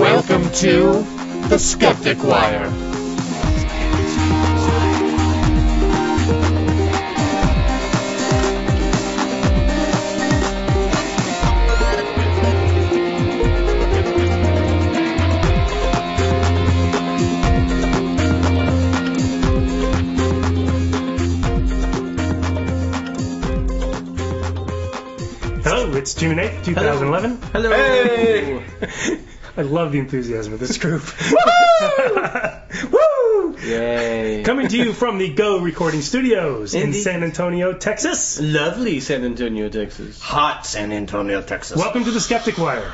Welcome to The Skeptic Wire. Hello, it's June 8th, 2011. Hello. I love the enthusiasm of this group. Woo! Yay. Coming to you from the Go Recording Studios in Indeed. San Antonio, Texas. Lovely San Antonio, Texas. hot San Antonio, Texas. Welcome to the Skeptic Wire.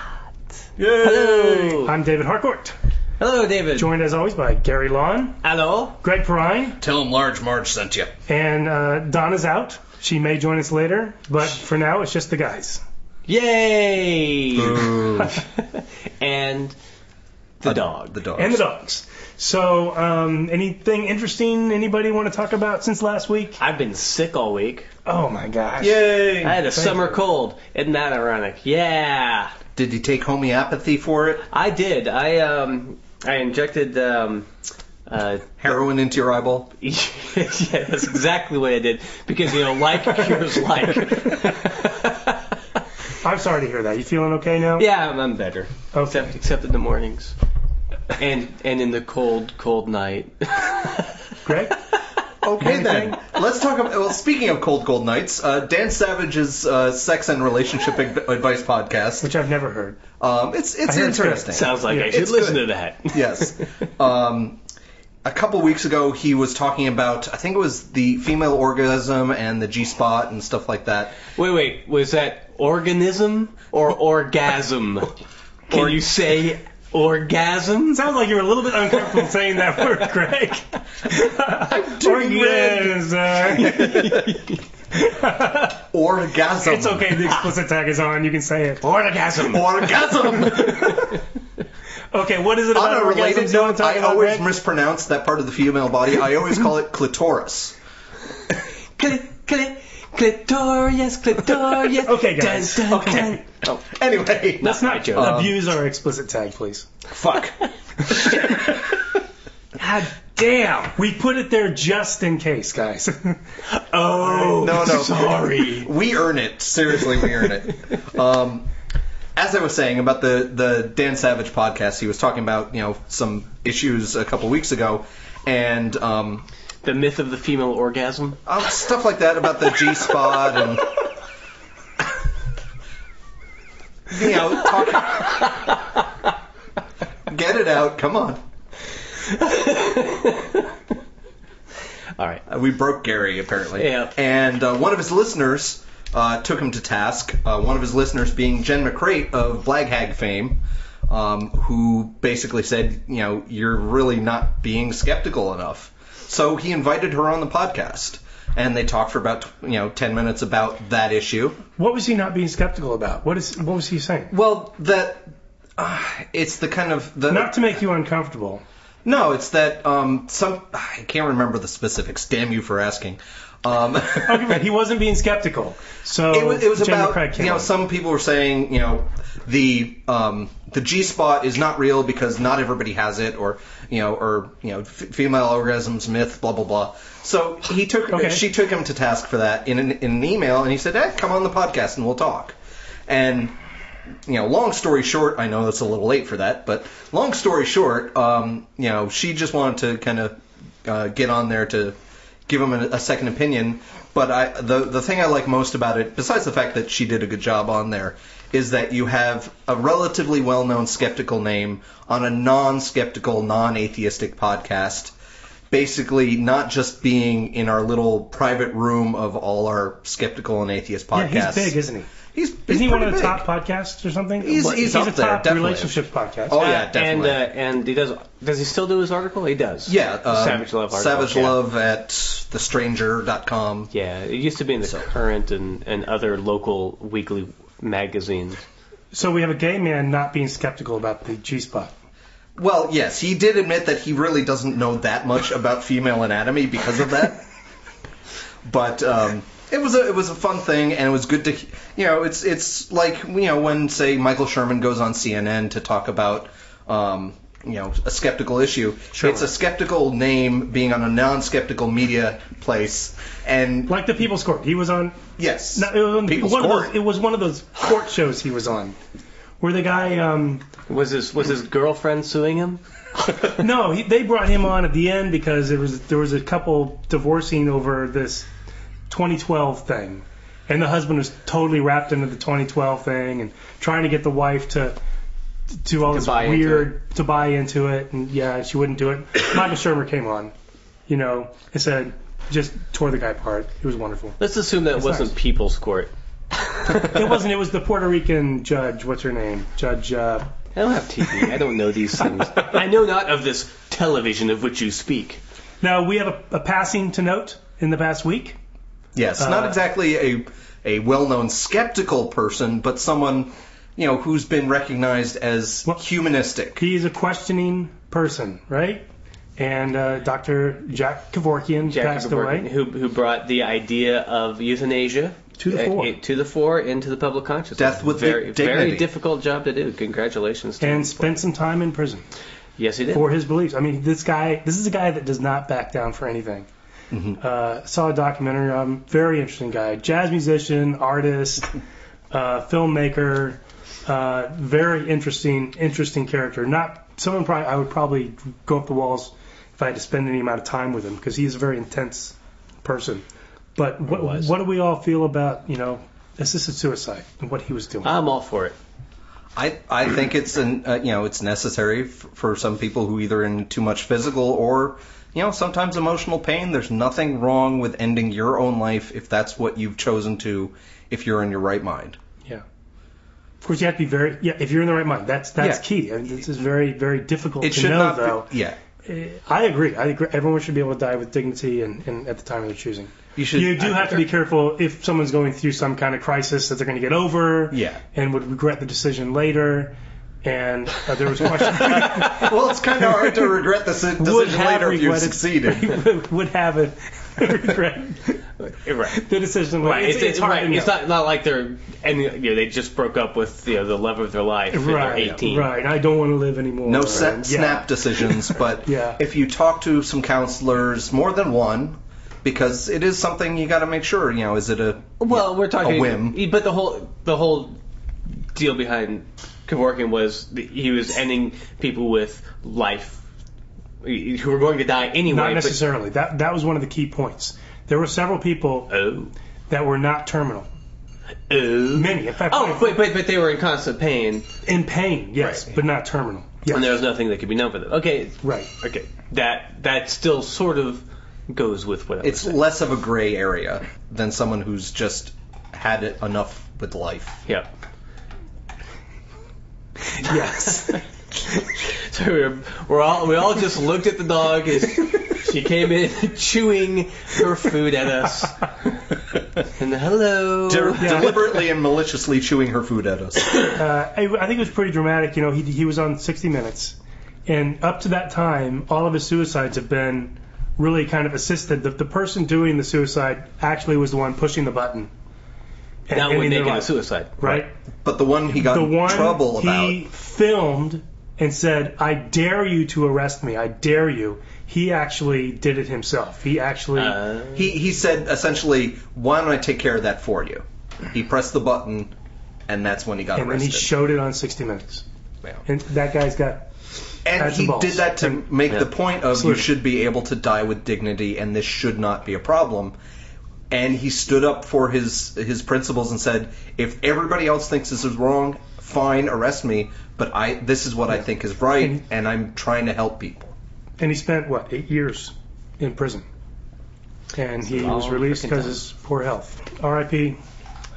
Hello. I'm David Harcourt, Hello, David. joined as always by Gary Lawn, Hello. Greg Perrine, Tell him Large Marge sent you. and uh, Donna's out. She may join us later, but for now it's just the guys. Yay. and the dog. The dog. And Uh, the dogs. So, um, anything interesting anybody want to talk about since last week? I've been sick all week. Oh my gosh. Yay. I had a Thank summer you. cold. Isn't that ironic? Yeah. Did he take homeopathy for it? I did. I um I injected um uh Heroin into your eyeball? yeah, that's exactly what I did because you know like cures like. I'm sorry to hear that. You feeling okay now? yeah, I'm, I'm better. Okay. Except, except in the mornings. And and in the cold, cold night. Greg? Okay then. Let's talk about. Well, speaking of cold, cold nights, uh, Dan Savage's uh, sex and relationship ad- advice podcast. Which I've never heard. Um, it's it's I hear it's good. interesting. Sounds like Yeah, I should it's listen good. to that. yes. Um, a couple weeks ago, he was talking about I think it was the female orgasm and the G spot and stuff like that. Wait, wait, was that organism or orgasm? Can you say orgasm? Sounds like you're a little bit uncomfortable saying that word, Greg. doing Orgasm. Orgasm. uh, it's okay. The explicit tag is on. You can say it. Orgasm. Orgasm. Okay. What is it On about a related orgasms you wanna note, talk I about, always Greg? mispronounce that part of the female body. I always call it clitoris. Cli- cli- clitorius, clitorius. Okay, guys. Dun, dun, Okay. dun. Anyway, That's not my joke. Abuse um, our explicit tag, please. fuck. God damn. We put it there just in case, guys. Oh, No, no. sorry. We earn it. Seriously, we earn it. Um, as I was saying about the, the Dan Savage podcast, he was talking about you know some issues a couple weeks ago, and um, the myth of the female orgasm. um, stuff like that about the G spot and you know talk. Get it out. Come on. All right. Uh, We broke Gary apparently. Yeah. And uh, one of his listeners uh, took him to task. Uh, one of his listeners being Jen McCrate of Black Hag fame, um, who basically said, you know, you're really not being skeptical enough. So he invited her on the podcast, and they talked for about you know ten minutes about that issue. what was he not being skeptical about? What is? What was he saying? Well, that uh, it's the kind of the Not to make you uncomfortable. no, it's that um, some I can't remember the specifics. Damn you for asking. Um, Okay, but he wasn't being skeptical. So it was, it was Jen McCrae about came you know on. some people were saying you know the um, the G spot is not real because not everybody has it or you know or you know f- female orgasms myth blah blah blah. So he took Okay. she took him to task for that in an, in an email and he said, eh, come on the podcast and we'll talk. And you know, long story short, I know that's a little late for that, but long story short, um, you know, she just wanted to kind of uh, get on there to give him a, a second opinion. But I, the the thing I like most about it, besides the fact that she did a good job on there, is that you have a relatively well-known skeptical name on a non-skeptical, non-atheistic podcast. Basically, not just being in our little private room of all our skeptical and atheist yeah, podcasts. he's big, isn't he? He's, he's Isn't he one of pretty the big. top podcasts or something? He's- What? he's a up there, top definitely. relationships podcast. Oh, yeah, and definitely. uh, and he does. Does he still do his article? He does. Yeah, um, Savage Love article, Savage yeah. Love at thestranger.com. Yeah, it used to be in the current and, and other local weekly magazines. So we have a gay man not being skeptical about the G spot. Well, yes, he did admit that he really doesn't know that much about female anatomy because of that. but um, it was a it was a fun thing, and it was good to you know it's it's like you know when say Michael Sherman goes on CNN to talk about um, you know, a skeptical issue. Sure. It's a skeptical name being on a non-skeptical media place, and Like the People's Court. He was on. yes, No, it, was on People's one Of Court. those, it was one of those court shows he was on, where the guy. Um, Was his was his girlfriend suing him? no, he, they brought him on at the end because there was there was a couple divorcing over this 2012 thing, and the husband was totally wrapped into the 2012 thing and trying to get the wife to do all To this buy into weird to buy into it, and yeah, she wouldn't do it. Michael Shermer came on, you know, and said just tore the guy apart. It was wonderful. Let's assume that It's wasn't nice. People's Court. It wasn't. It was the Puerto Rican judge. What's her name? Judge. Uh, I don't have TV. I don't know these things. I know not of this television of which you speak. now we have a, a passing to note in the past week. yes, uh, not exactly a a well-known skeptical person, but someone you know who's been recognized as Well- humanistic. He is a questioning person, right? And uh, Dr. Jack Kevorkian passed away. who who brought the idea of euthanasia To the fore. uh, to the fore into the public consciousness. Death with very dig- dignity. very difficult job to do. Congratulations. To him. And spent some time in prison yes, he did. for his beliefs. I mean, this guy, this is a guy that does not back down for anything. Uh, saw a documentary on him. Very interesting guy. Jazz musician, artist, uh, filmmaker. Uh, very interesting, interesting character. Not someone probably, I would probably go up the walls if I had to spend any amount of time with him because he is a very intense person. But what, was. what do we all feel about, you know, assisted suicide and what he was doing? I'm all for it. I I think it's an uh, you know it's necessary f- for some people who either in too much physical or you know sometimes emotional pain. There's nothing wrong with ending your own life if that's what you've chosen to, if you're in your right mind. Yeah. Of course, you have to be very yeah. If you're in the right mind, that's that's Yeah. key. I mean, this is very very difficult It to should know not though. be. Yeah, Eh, I agree. I agree. Everyone should be able to die with dignity and, and at the time of their choosing. you should. you do have to be careful if someone's going through some kind of crisis that they're going to get over Yeah. and would regret the decision later. And uh, there was question Well, it's kind of hard to regret the si- would decision have later if you regretted succeeded. would have a regret Right. the decision. Right, it's, It's, it's, hard right. to it's know. not, not like they're and you know they just broke up with you know, the love of their life. and they're right. 18. Right. I don't want to live anymore. No Right. set, Yeah. snap decisions, but Yeah. if you talk to some counselors, more than one, because it is something you got to make sure. You know, is it a Well, we're talking A whim. but the whole the whole deal behind Kevorkian was that he was ending people with life who were going to die anyway. Not but- necessarily. That that was one of the key points. There were several people oh, that were not terminal. oh. Many, in fact, Oh, but, but but they were in constant pain, in pain, yes, Right. but not terminal. Yes, and there was nothing that could be done for them. Okay, right. okay, that that still sort of goes with what I was it's saying. less of a gray area than someone who's just had it enough with life. yeah. Yes. So we were, we're all we all just looked at the dog as she came in chewing her food at us. Uh, And hello. De- Yeah. Deliberately and maliciously chewing her food at us. uh, I, I think it was pretty dramatic. You know, he he was on 60 Minutes, and up to that time, all of his suicides have been really kind of assisted. The, the person doing the suicide actually was the one pushing the button. and That would ending their make it a life, suicide. right? But the one he got the in one trouble about. he filmed and said, "I dare you to arrest me. I dare you." He actually did it himself. He actually, Uh, He, he said essentially, why don't I take care of that for you? He pressed the button, and that's when he got and then he arrested. showed it on 60 Minutes. Yeah. And that guy's got and had some he balls. did that to make Yeah. the point of Absolutely. you should be able to die with dignity, and this should not be a problem. And he stood up for his his principles and said, if everybody else thinks this is wrong, fine, arrest me. But I this is what I think is right, And- and, I'm trying to help people. and he spent what eight years in prison, and he long was released frickin' because time. his poor health. R.I.P.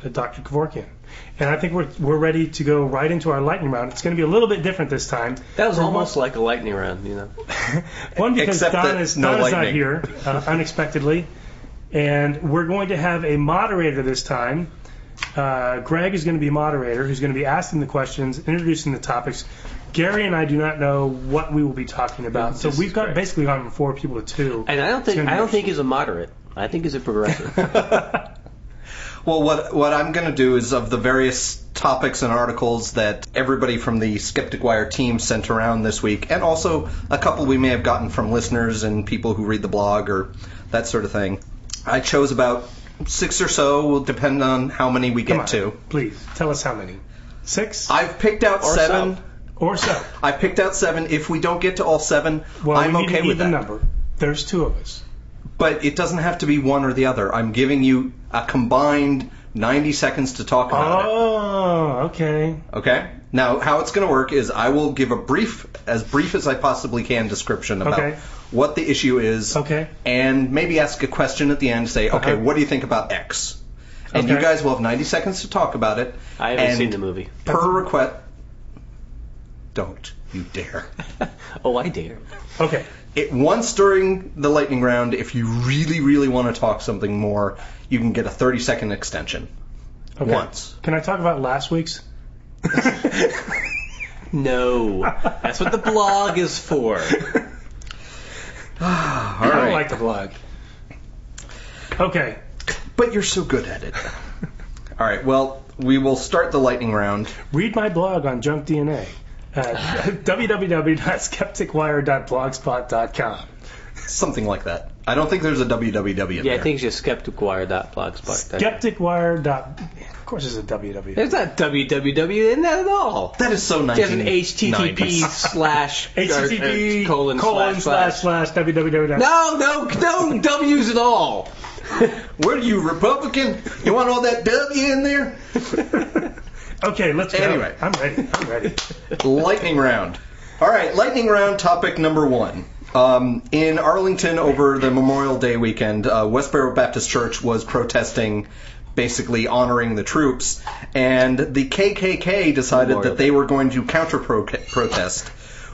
uh, Dr. Kevorkian. And I think we're we're ready to go right into our lightning round. It's going to be a little bit different this time. that was We're almost like a lightning round, you know. One because Except Don that is, no Don is not lightning. here uh, unexpectedly, and we're going to have a moderator this time. Uh, Greg is going to be moderator, who's going to be asking the questions, introducing the topics. Gary and I do not know what we will be talking about, so This we've is got great. basically gone from four people to two. And I don't think gonna be I don't think he's a moderate. I think he's a progressive. Well, what what I'm going to do is of the various topics and articles that everybody from the Skeptic Wire team sent around this week, and also a couple we may have gotten from listeners and people who read the blog or that sort of thing. I chose about six or so, will depend on how many we Come get on, to. please tell us how many. Six I've picked out Or seven. so. or so. I picked out seven. If we don't get to all seven, Well, I'm we need okay an with even that. number. There's two of us. But it doesn't have to be one or the other. I'm giving you a combined 90 seconds to talk about it. Oh, okay. Okay. Now, how it's going to work is I will give a brief, as brief as I possibly can, description about Okay. what the issue is, Okay. and maybe ask a question at the end. Say, okay, Uh-huh. what do you think about X? And you Okay. guys will have 90 seconds to talk about it. I haven't And- seen the movie. Per request, don't you dare. Oh, I dare. Okay. it once during the lightning round. If you really, really want to talk something more, you can get a 30 second extension. Okay. Once. Can I talk about last week's? No, that's what the blog is for. All I don't right. like the blog. Okay. but you're so good at it. All right. Well, we will start the lightning round. Read my blog on Junk DNA at www.skepticwire.blogspot.com. Something like that. I don't think there's a www in Yeah, I there. think it's just skepticwire.blogspot. Skepticwire. dot- Of course, it's a www. There's not www in that at all. that is so nice. There's an HTTP slash or, HTTP uh, colon, slash, slash. slash www. No, no, no W's at all. What are you Republican? You want all that W in there? Okay, let's go. Anyway. I'm ready. I'm ready. lightning round. All right, lightning round topic number one. Um, in Arlington over the Memorial Day weekend, uh, Westboro Baptist Church was protesting, basically honoring the troops, and the KKK decided Memorial that they were going to counter protest.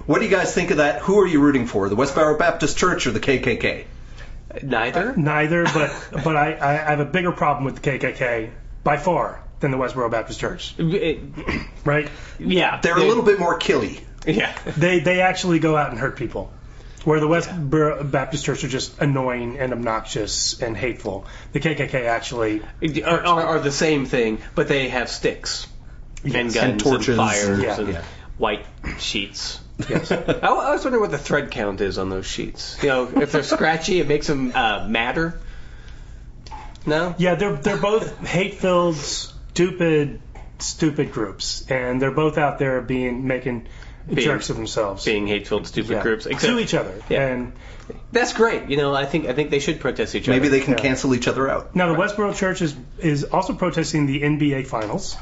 What do you guys think of that? Who are you rooting for, the Westboro Baptist Church or the KKK? Neither. Neither, but but I, I I have a bigger problem with the KKK by far than the Westboro Baptist Church, Uh, right? yeah. They're a little bit more killy. Yeah. They they actually go out and hurt people, where the Westboro Baptist Church are just annoying and obnoxious and hateful. The KKK actually Are, are, are the same thing, but they have sticks and guns and, torches. fires Yeah. and Yeah. white sheets. yes. I, I was wondering what the thread count is on those sheets. You know, if they're scratchy, it makes them uh, madder. No. Yeah, they're they're both hate-filled, stupid, stupid groups, and they're both out there being making jerks of themselves Being hateful and stupid Yeah. groups. to Except, each other. Yeah. And that's great. You know, I think I think they should protest each other. Maybe they can Yeah. cancel each other out. now the Westboro Church is is also protesting the NBA Finals,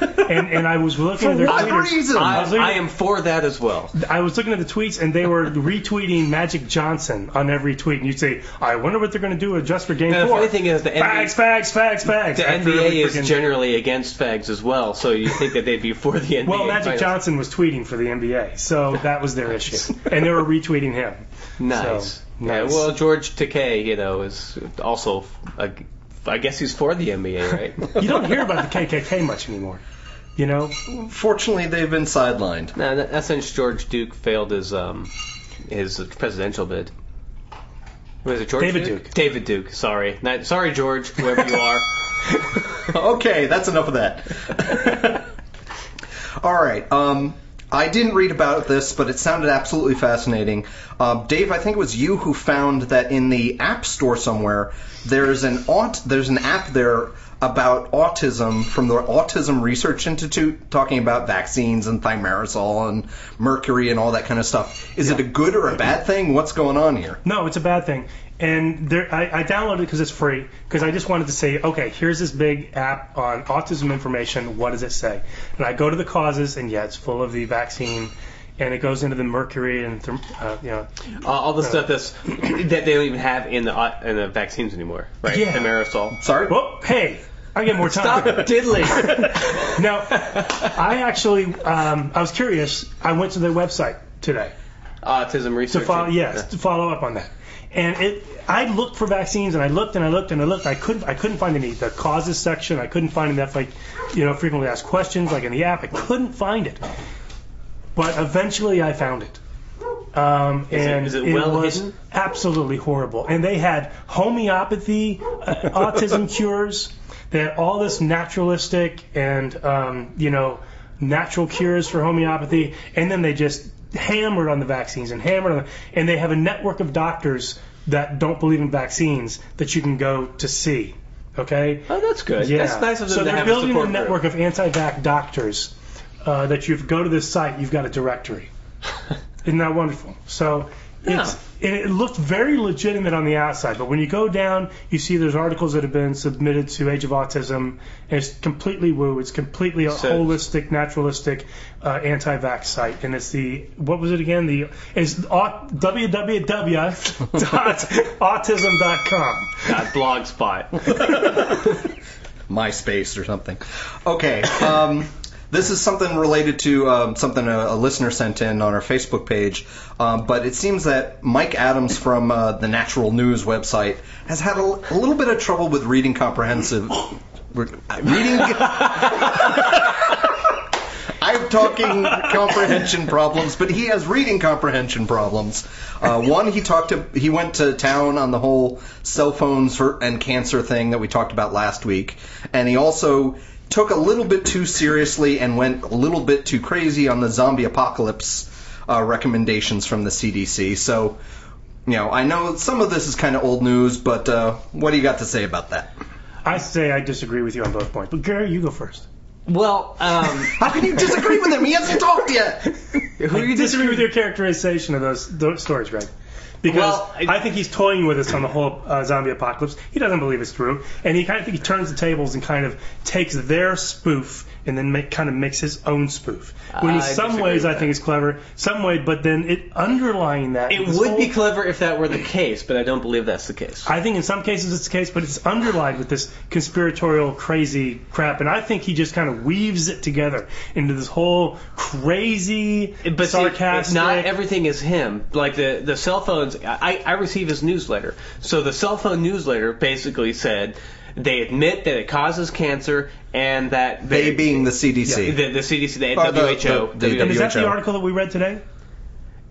and and I was looking at their What tweeters. reason? I, was looking I at- am for that as well. I was looking at the tweets, and they were retweeting Magic Johnson on every tweet, and you'd say, "I wonder what they're going to do adjust for Game And the Four." funny thing is the fags, NBA, fags, fags, fags. the after every NBA freaking- is generally against fags as well, so you think that they'd be for the NBA. Well, Magic finals. Johnson was tweeting for the NBA, so that was their issue, and they were retweeting him. Nice. So, Yeah, nice. well, George Takei, you know, is also, a, I guess he's for the NBA, right? You don't hear about the KKK much anymore. You know, Fortunately, they've been sidelined. no, that- that's since George Duke failed his um his presidential bid. Was it George David Duke. David Duke. Sorry, Not, sorry, George, whoever you are. okay, that's enough of that. All right. Um, I didn't read about this, but it sounded absolutely fascinating. Uh, Dave, I think it was you who found that in the app store somewhere there's an aut- there's an app there about autism from the Autism Research Institute talking about vaccines and thimerosal and mercury and all that kind of stuff. Is it a good or a bad thing? What's going on here? no, it's a bad thing. And there, I, I downloaded it because it's free. Because I just wanted to say, okay, here's this big app on autism information. What does it say? And I go to the causes, and yeah, it's full of the vaccine, and it goes into the mercury and therm- uh, you know, Uh, all the stuff that's that they don't even have in the au- in the vaccines anymore, right? Yeah. Thimerosal. Sorry. well, hey, I get more time. Stop diddling. Now, I actually, um, I was curious. I went to their website today Autism research. to follow, yes, to follow up on that. And it, I looked for vaccines, and I looked and I looked and I looked. I couldn't, I couldn't find any the causes section. I couldn't find enough, like, you know, frequently asked questions, like in the app. I couldn't find it, but eventually I found it. Um, it- and is it well was hidden? absolutely horrible. And they had homeopathy, uh, autism cures. They had all this naturalistic and um, you know natural cures for homeopathy, and then they just hammered on the vaccines and hammered on, and they have a network of doctors that don't believe in vaccines that you can go to see. Okay. Oh, that's good. Yeah. That's nice of them so to they're have building a support network group. of anti-vac doctors uh, that you go to this site, you've got a directory. Isn't that wonderful? So it's and it looked very legitimate on the outside, but when you go down, you see there's articles that have been submitted to Age of Autism, and it's completely woo. It's completely a So- holistic, naturalistic, uh, anti-vax site, and it's the what was it again? The is www.autism.com. That blogspot. MySpace or something. Okay. Um, this is something related to um, something a, a listener sent in on our Facebook page, um, but it seems that Mike Adams from uh, the Natural News website has had a, l- a little bit of trouble with reading comprehensive. re- Reading. I'm talking comprehension problems, but he has reading comprehension problems. Uh, one, he talked to, he went to town on the whole cell phones for, and cancer thing that we talked about last week, and he also took a little bit too seriously and went a little bit too crazy on the zombie apocalypse uh, recommendations from the CDC. So, you know, I know some of this is kind of old news, but uh, what do you got to say about that? I say I disagree with you on both points, but Gary, you go first. well, um, How can you disagree with him? He hasn't talked yet. who I you disagree with your characterization of those, those stories, Greg. Because Well, I- I, think he's toying with us on the whole uh, zombie apocalypse. He doesn't believe it's true, and he kind of think he turns the tables and kind of takes their spoof and then make, kind of makes his own spoof. When in I some disagree ways with I think it's clever, some way, but then it underlying that It this would whole- be clever if that were the case, but I don't believe that's the case. I think in some cases it's the case, but it's underlined with this conspiratorial crazy crap, and I think he just kind of weaves it together into this whole crazy, but see, sarcastic. not everything is him. Like the the cell phones, I I receive his newsletter. So the cell phone newsletter basically said they admit that it causes cancer and that They being the CDC. the, the CDC, the Or the- WHO, the- the- and is that the WHO. article that we read today?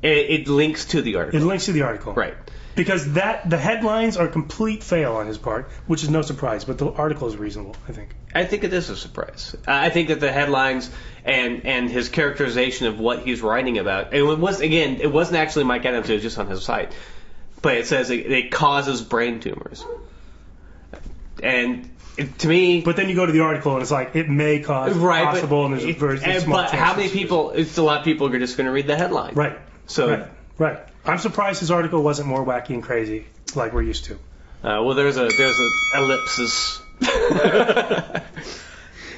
it, it links to the It article, links to the article. right? Because that the headlines are a complete fail on his part, which is no surprise, but the article is reasonable, I think. I think it is a surprise. I I think that the headlines and and his characterization of what he's writing about, and it was again, it wasn't actually Mike Adams, it was just on his site, but it says it, it causes brain tumors, and it, to me, But then you go to the article and it's like it may cause right, but- possible and there's a very and- small but chance how many it's- people? It's a lot of people are just going to read the headline, Right. So, right. Right. I'm surprised his article wasn't more wacky and crazy like we're used to. uh, well, there's a there's an ellipsis.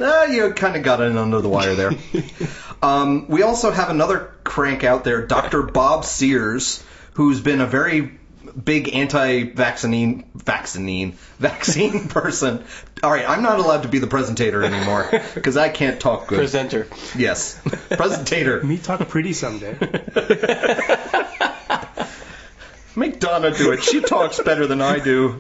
Uh, you kind of got in under the wire there. um, we also have another crank out there, Dr. Bob Sears, who's been a very big anti-vaccine, vaccine, vaccine person. All right, I'm not allowed to be the presentator anymore because I can't talk good. Presenter. yes, presentator. Me talk pretty someday. Make Donna do it. She talks better than I do.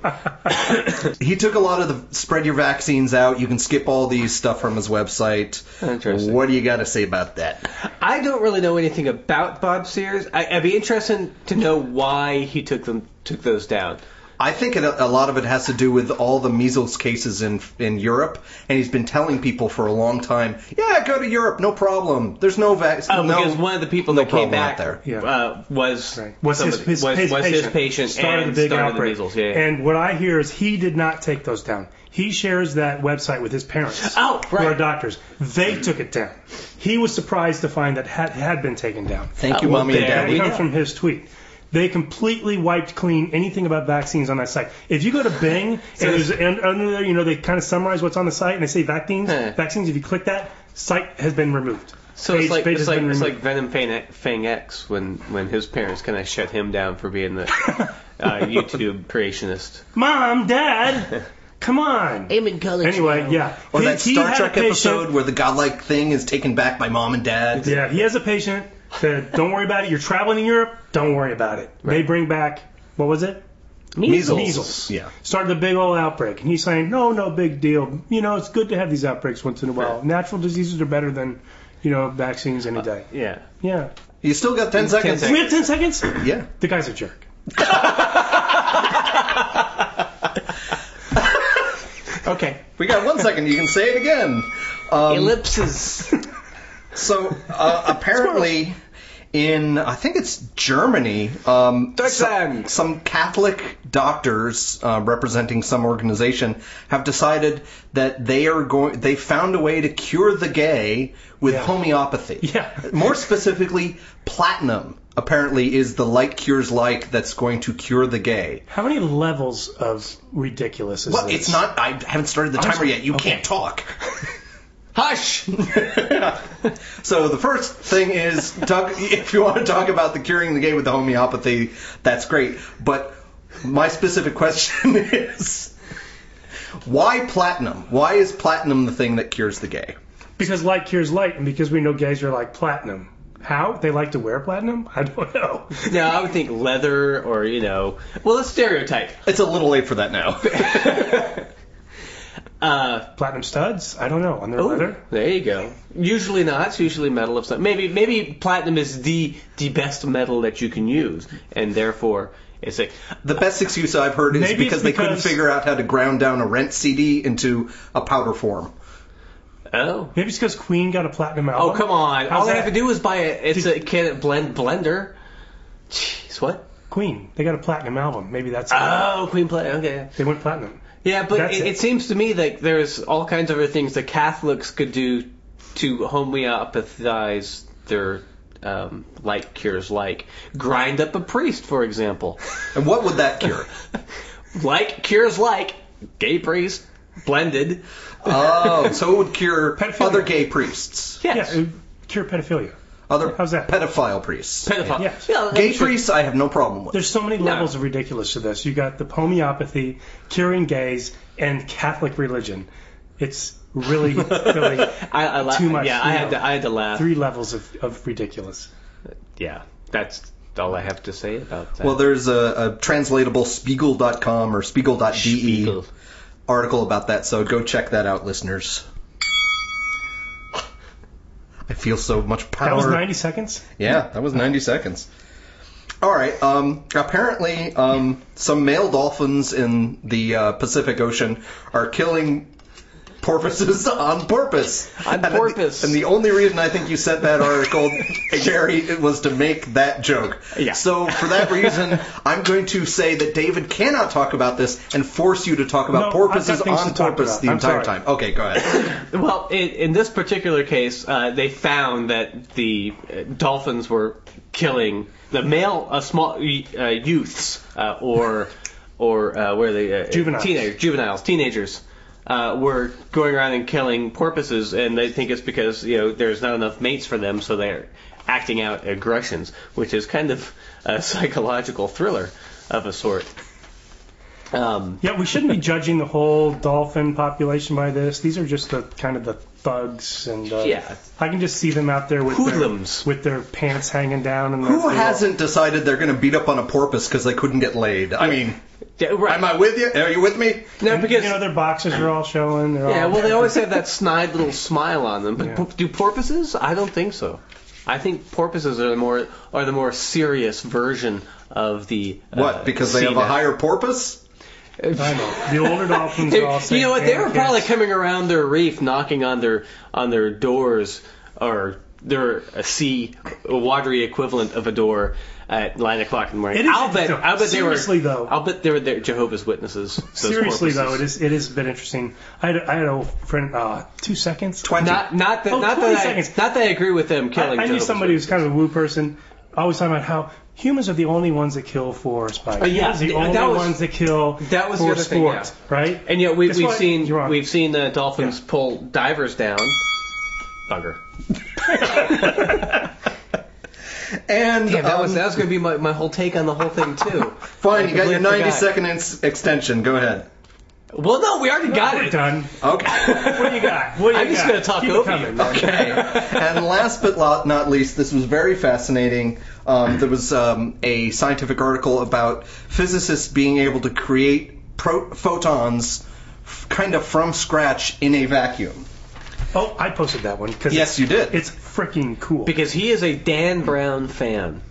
he took a lot of the spread your vaccines out. You can skip all these stuff from his website. Interesting. What do you got to say about that? I don't really know anything about Bob Sears. I, I'd be interested to know why he took them took those down. I think it, a lot of it has to do with all the measles cases in in Europe, and he's been telling people for a long time, yeah, go to Europe, no problem. There's no vaccine. Oh, no, because one of the people no that came problem back out there. Yeah. uh, was Right. Was his, somebody- his, was, his was patient. his patient started and the big started outbreak. the measles. Yeah. And what I hear is he did not take those down. He shares that website with his parents. Oh, Who are right. doctors. They took it down. He was surprised to find that had, had been taken down. Thank you, Uh, well, mommy and there That daddy. we comes go. from his tweet. They completely wiped clean anything about vaccines on that site. If you go to Bing and, there's, and under there, you know, they kind of summarize what's on the site and they say vaccines. Huh. Vaccines. If you click that, site has been removed. so page- it's like it's page has like been it's like removed. Venom Fang, Fang X when when his parents kind of shut him down for being the uh, YouTube creationist. Mom, Dad, come on. I'm in college. Anyway, now. yeah. Or He- that he Star had a Trek patient- episode where the godlike thing is taken back by mom and dad. Yeah, he has a patient. Said, "Don't worry about it. You're traveling in Europe. Don't worry about it." They bring back what was it? Measles. Measles. Yeah. Started a big old outbreak, and he's saying, "No, no big deal. You know, it's good to have these outbreaks once in a while. Natural diseases are better than, you know, vaccines any day." Yeah. Yeah. You still got 10 Uh, seconds. We have ten seconds. Yeah. The guy's a jerk. Okay. We got one second. You can say it again. Um, Ellipses. So uh, apparently, in I think it's Germany, um, some, Deutschland. some Catholic doctors uh, representing some organization have decided that they are going. They found a way to cure the gay with Yeah. homeopathy. Yeah. More specifically, platinum. Apparently, is the like cures like that's going to cure the gay. How many levels of ridiculous is Well, this? it's not. I haven't started the timer yet. You okay. can't talk. Hush. So the first thing is, talk, if you want to talk about the curing the gay with the homeopathy, that's great. But my specific question is, why platinum? Why is platinum the thing that cures the gay? because light cures light, and because we know gays are like platinum. How they like to wear platinum? I don't know. No, I would think leather or you know. Well, a stereotype. It's a little late for that now. Uh, platinum studs? I don't know on their Ooh, leather. There you go. Usually not. It's usually metal of some. Maybe maybe platinum is the the best metal that you can use, and therefore it's like the best excuse I've heard is Maybe it's because they couldn't because- figure out how to ground down a rent CD into a powder form. oh. Maybe it's because Queen got a platinum album. Oh come on! How's All I that? have to do is buy it. It's a can it blend blender. Jeez, what? Queen, they got a platinum album. Maybe that's Oh, Queen Play. Okay. they went platinum. Yeah, but That's it, it. it seems to me like there's all kinds of other things the Catholics could do to homeopathize their um, like cures, like grind up a priest, for example. And what would that cure? like cures like gay priest blended. oh, so it would cure Pedophilia. other gay priests, Yes. Yeah, it would cure pedophilia. other How's that? pedophile priests. Pedophile. Yeah. Yeah, Gay that's true. priests, I have no problem with. There's so many levels of ridiculous to this. You got the homeopathy, curing gays, and Catholic religion. It's really, really I, I la- Too much, Yeah, I you had know. to. I had to laugh. three levels of, of ridiculous. Yeah, that's all I have to say about that. Well, there's a, a translatable Spiegel.com or Spiegel.de Spiegel. E article about that, so go check that out, listeners. I feel so much power. That was 90 seconds. Yeah, that was 90 seconds. All right. Um, apparently, um, some male dolphins in the uh, Pacific Ocean are killing porpoises on purpose. On And the- purpose. and the only reason I think you sent that article, Jerry, it was to make that joke. Yeah. So for that reason, I'm going to say that David cannot talk about this and force you to talk No, about I've got porpoises things on to talk purpose about. the I'm entire sorry. time. Okay, go ahead. Well, in, in this particular case, uh, they found that the uh, dolphins were killing the male uh, small uh, youths uh, or or uh, where they uh, Juveniles. teenagers, juveniles, teenagers. Uh, were going around and killing porpoises, and they think it's because you know there's not enough mates for them, so they're acting out aggressions, which is kind of a psychological thriller of a sort. Um, Yeah, we shouldn't be judging the whole dolphin population by this. These are just the kind of the thugs and uh, Yeah. I can just see them out there with Hoodlums. their with their pants hanging down and Who hasn't decided they're going to beat up on a porpoise because they couldn't get laid? I mean, yeah, right. am I with you? Are you with me? no, because you know their boxes are all showing. They're Yeah, all, well, they always have that snide little smile on them. But Oh. Yeah. por- do porpoises? I don't think so. I think porpoises are the more are the more serious version of the uh, What? Because they have a sea higher porpoise? I know. The older dolphins are all They- saying, you know what? They "Hey, were kids." probably coming around their reef, knocking on their on their doors or their uh, sea watery equivalent of a door at nine o'clock in the morning. It is- I'll bet. no, I'll bet seriously, they were. though. I'll bet they were their Jehovah's Witnesses. those Seriously porpoises. though, it is it has been interesting. I had, I had a friend uh, two seconds. 20. Not not that Oh, not 20 that I, seconds. not that I agree with them I, killing. I knew Jehovah's somebody who's Witnesses. kind of a woo person. Always talking about how humans are the only ones that kill for spite. Uh, yeah, Humans are the that only was- ones that kill that was the for other thing, sport, yeah. right? And yet we, Guess we've what? seen You're on. we've seen uh, dolphins pull divers down. Bugger. And Yeah, that um, was that was going to be my, my whole take on the whole thing too. fine, you got your completely 90 forgot. second ins- extension. Go ahead. Well, no, we already got We're it. done. Okay. What do you got? What do you I'm just got? gonna talk Keep it over coming, you. man. Okay. and last but lo- not least, this was very fascinating. Um, there was um, a scientific article about physicists being able to create pro- photons f- kind of from scratch in a vacuum. Oh, I posted that one because Yes, you did. it's freaking cool. Because he is a Dan Brown fan.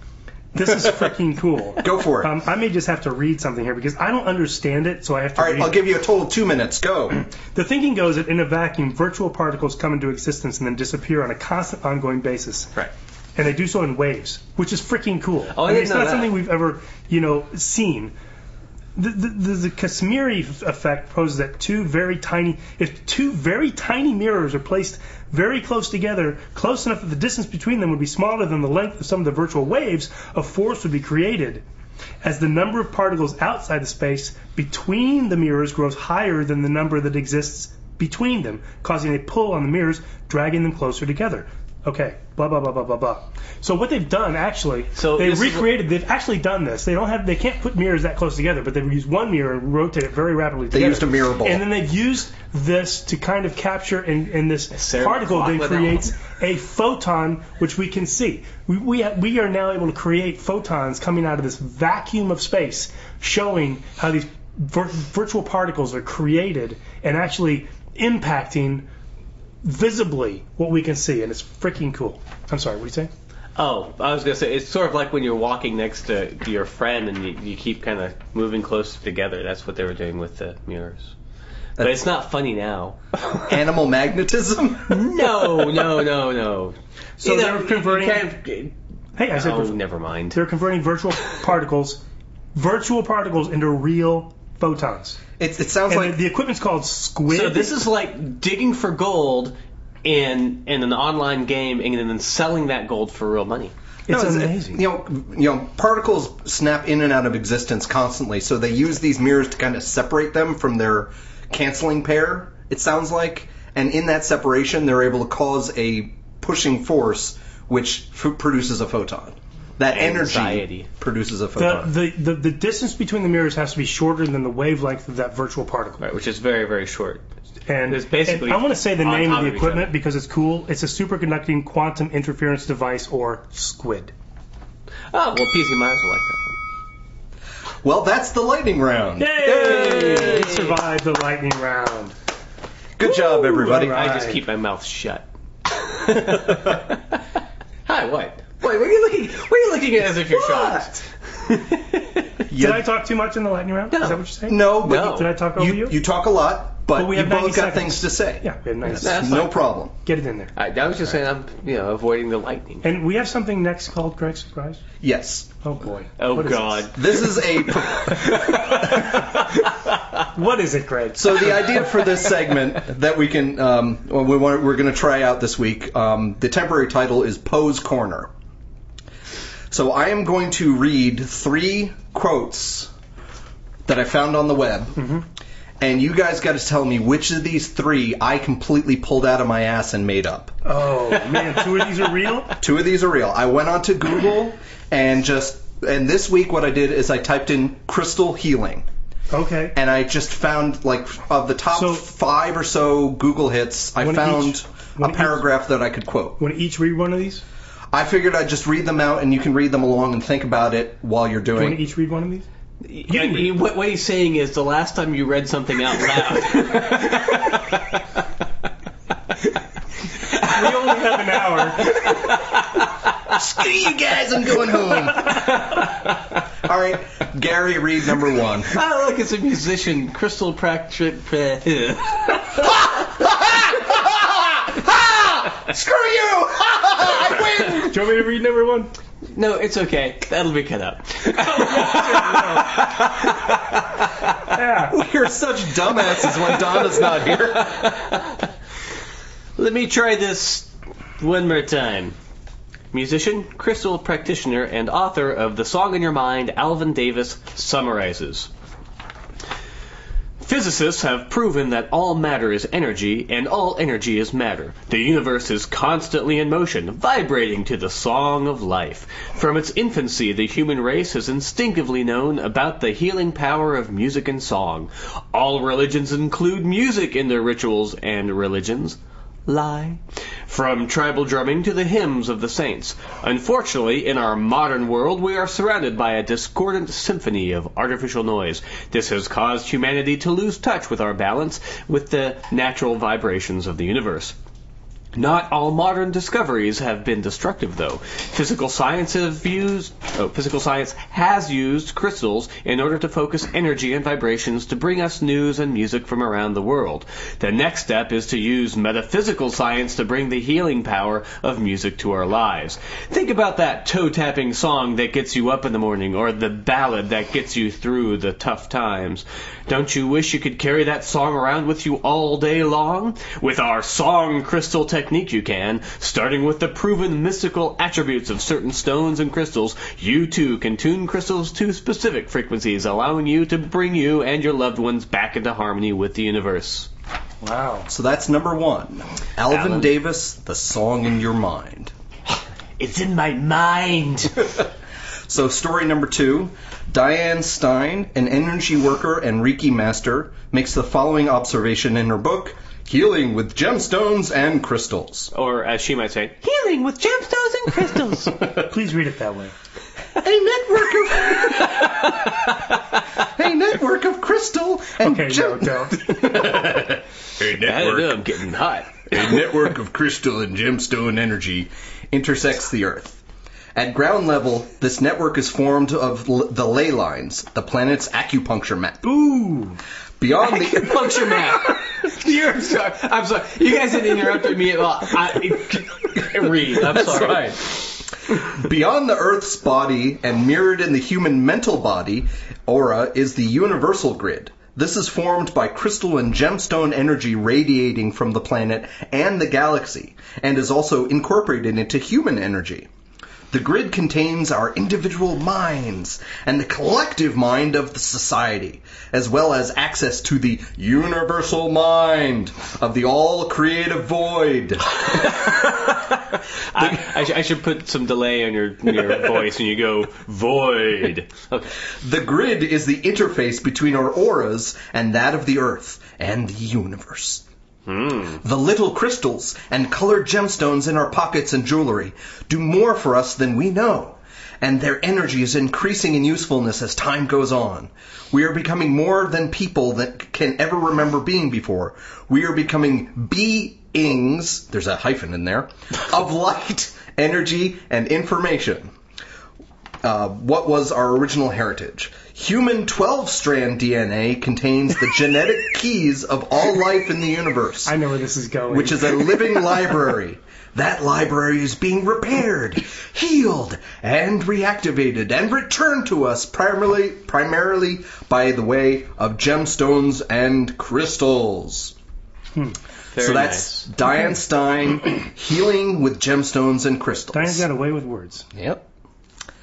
This is freaking cool. Go for it. Um, I may just have to read something here because I don't understand it, so I have to All right, read. I'll give you a total two minutes. Go. The thinking goes that in a vacuum, virtual particles come into existence and then disappear on a constant, ongoing basis. Right. And they do so in waves, which is freaking cool. Oh, I mean, didn't it's know not that. something we've ever, you know, seen. The, the, the, the Casimiri f- effect poses that two very tiny, if two very tiny mirrors are placed very close together, close enough that the distance between them would be smaller than the length of some of the virtual waves, a force would be created. As the number of particles outside the space between the mirrors grows higher than the number that exists between them, causing a pull on the mirrors, dragging them closer together. Okay, blah blah blah blah blah blah. So what they've done actually, So they this is what- recreated. They've actually done this. They don't have. They can't put mirrors that close together, but they've used one mirror and rotate it very rapidly. They used a mirror ball. and then they've used this to kind of capture and, and this Sarah particle then McLachlan, that creates a photon, which we can see. We, we, ha- we are now able to create photons coming out of this vacuum of space, showing how these vir- virtual particles are created and actually impacting visibly what we can see, and it's freaking cool. I'm sorry, what do you say? Oh, I was gonna say it's sort of like when you're walking next to, to your friend and you, you keep kind of moving closer together. That's what they were doing with the mirrors. But it's not funny now. Animal magnetism. No, no, no, no. So You know, they're converting. you kind hey, I of- said oh, before- never mind. they're converting virtual particles, virtual particles into real photons. It, it sounds And like the, the equipment's called Squid. So this is like digging for gold in in an online game and then selling that gold for real money. it's No, uh, amazing. You know, you know, particles snap in and out of existence constantly, so they use these mirrors to kind of separate them from their canceling pair. It sounds like, and in that separation, they're able to cause a pushing force, which f- produces a photon. That Anxiety. energy produces a the, photon. the, the, the distance between the mirrors has to be shorter than the wavelength of that virtual particle. Right, which is very, very short. And, It's basically and I want to say the on name top of the of each equipment other. because it's cool. It's a superconducting quantum interference device, or SQUID. Oh, well, PZ Myers will like that well, that's the lightning round. Yay! It survived the lightning round. Good job, everybody. one. Right. I just keep my mouth shut. Hi, what? Wait, what are you looking? What are you looking at as if you're shocked? Did You- I talk too much in the lightning round? No. Is that what you're saying? no, but No. Did I talk over you, you? you, talk a lot, but, But we you have 90 both got seconds. things to say. Yeah, we had nice. That's No fine. problem. Get it in there. I, I was just saying I'm, you know, avoiding the lightning. And we have something next called Greg's Surprise. Yes. Oh boy. Oh What is God. This is a. this? What is it, Greg? So the idea for this segment that we can um, well, we want we're going to try out this week. Um, the temporary title is Pose Corner. So I am going to read three quotes that I found on the web, and you guys got to tell me which of these three I completely pulled out of my ass and made up. Oh man, two of these are real. Two of these are real. I went onto Google and just and this week what I did is I typed in crystal healing Okay. and I just found like of the top So- five or so Google hits, I One found each- a one each? paragraph that I could quote. Want to each read one of these? I figured I'd just read them out, and you can read them along and think about it while you're Do you want doing. to each read one of these? Yeah, you- what, what he's saying is the last time you read something out loud. We only have an hour. Screw you guys! I'm going home. All right, Gary, read number one. oh, look, it's a musician, Crystal Practric. Screw you! I win. Do you want me to read number one? no, it's okay. That'll be cut up. Yeah. You're such dumbasses when Donna's not here. Let me try this one more time. Musician, crystal practitioner, and author of The Song in Your Mind, Alvin Davis summarizes. Physicists have proven that all matter is energy, and all energy is matter. The universe is constantly in motion, vibrating to the song of life. From its infancy, the human race has instinctively known about the healing power of music and song. All religions include music in their rituals and religions lie. From tribal drumming to the hymns of the saints. Unfortunately, in our modern world, we are surrounded by a discordant symphony of artificial noise. This has caused humanity to lose touch with our balance with the natural vibrations of the universe. Not all modern discoveries have been destructive, though. Physical science has views, oh, physical science has used crystals in order to focus energy and vibrations to bring us news and music from around the world. The next step is to use metaphysical science to bring the healing power of music to our lives. Think about that toe tapping song that gets you up in the morning or the ballad that gets you through the tough times. Don't you wish you could carry that song around with you all day long? With our song crystal technique, you can. Starting with the proven mystical attributes of certain stones and crystals, you too can tune crystals to specific frequencies, allowing you to bring you and your loved ones back into harmony with the universe. Wow. So that's number one. Alvin, Alvin. Davis, The Song in Your Mind. It's in my mind! So story number two Diane Stein, an energy worker and Reiki master, makes the following observation in her book Healing with Gemstones and Crystals. or as she might say, healing with gemstones and crystals. Please read it that way. A network of a network of crystal and Okay, no, gem- don't. I a don't know, network, I'm getting hot. a network of crystal and gemstone energy intersects the Earth. At ground level, this network is formed of l- the ley lines, the planet's acupuncture map. Ooh. Beyond the Puncture map. You're sorry. I'm sorry. You guys didn't interrupt me at all. I, read. I'm sorry. Beyond the Earth's body and mirrored in the human mental body, aura is the universal grid. This is formed by crystal and gemstone energy radiating from the planet and the galaxy, and is also incorporated into human energy. The grid contains our individual minds and the collective mind of the society, as well as access to the universal mind of the all creative void. I, I, sh- I should put some delay on your, your voice and you go void. Okay. The grid is the interface between our auras and that of the Earth and the universe. The little crystals and colored gemstones in our pockets and jewelry do more for us than we know, and their energy is increasing in usefulness as time goes on. We are becoming more than people that can ever remember being before. We are becoming beings, there's a hyphen in there, of light, energy, and information uh, what was our original heritage. Human 12 strand DNA contains the genetic keys of all life in the universe, I know where this is going. which is a living library. That library is being repaired, healed, and reactivated and returned to us primarily, primarily by the way of gemstones and crystals. Very so that's nice. Diane Stein healing with gemstones and crystals. Diane's got away with words. yep.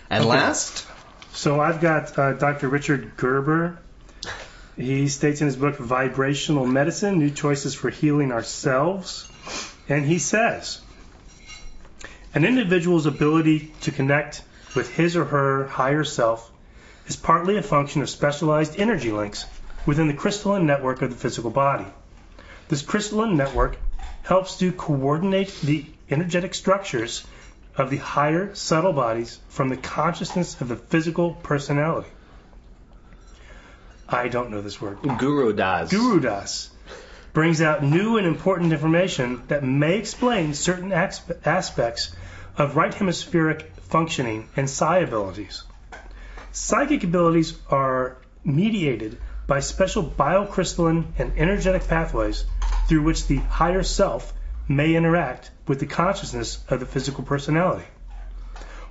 And last, So I've got uh, Dr. Richard Gerber. He states in his book Vibrational Medicine New Choices for Healing Ourselves. And he says an individual's ability to connect with his or her higher self is partly a function of specialized energy links within the crystalline network of the physical body. This crystalline network helps to coordinate the energetic structures of the higher subtle bodies from the consciousness of the physical personality. I don't know this word. Guru Das. Guru Das brings out new and important information that may explain certain as- aspects of right hemispheric functioning and psi abilities. Psychic abilities are mediated by special biocrystalline and energetic pathways through which the higher self may interact with the consciousness of the physical personality.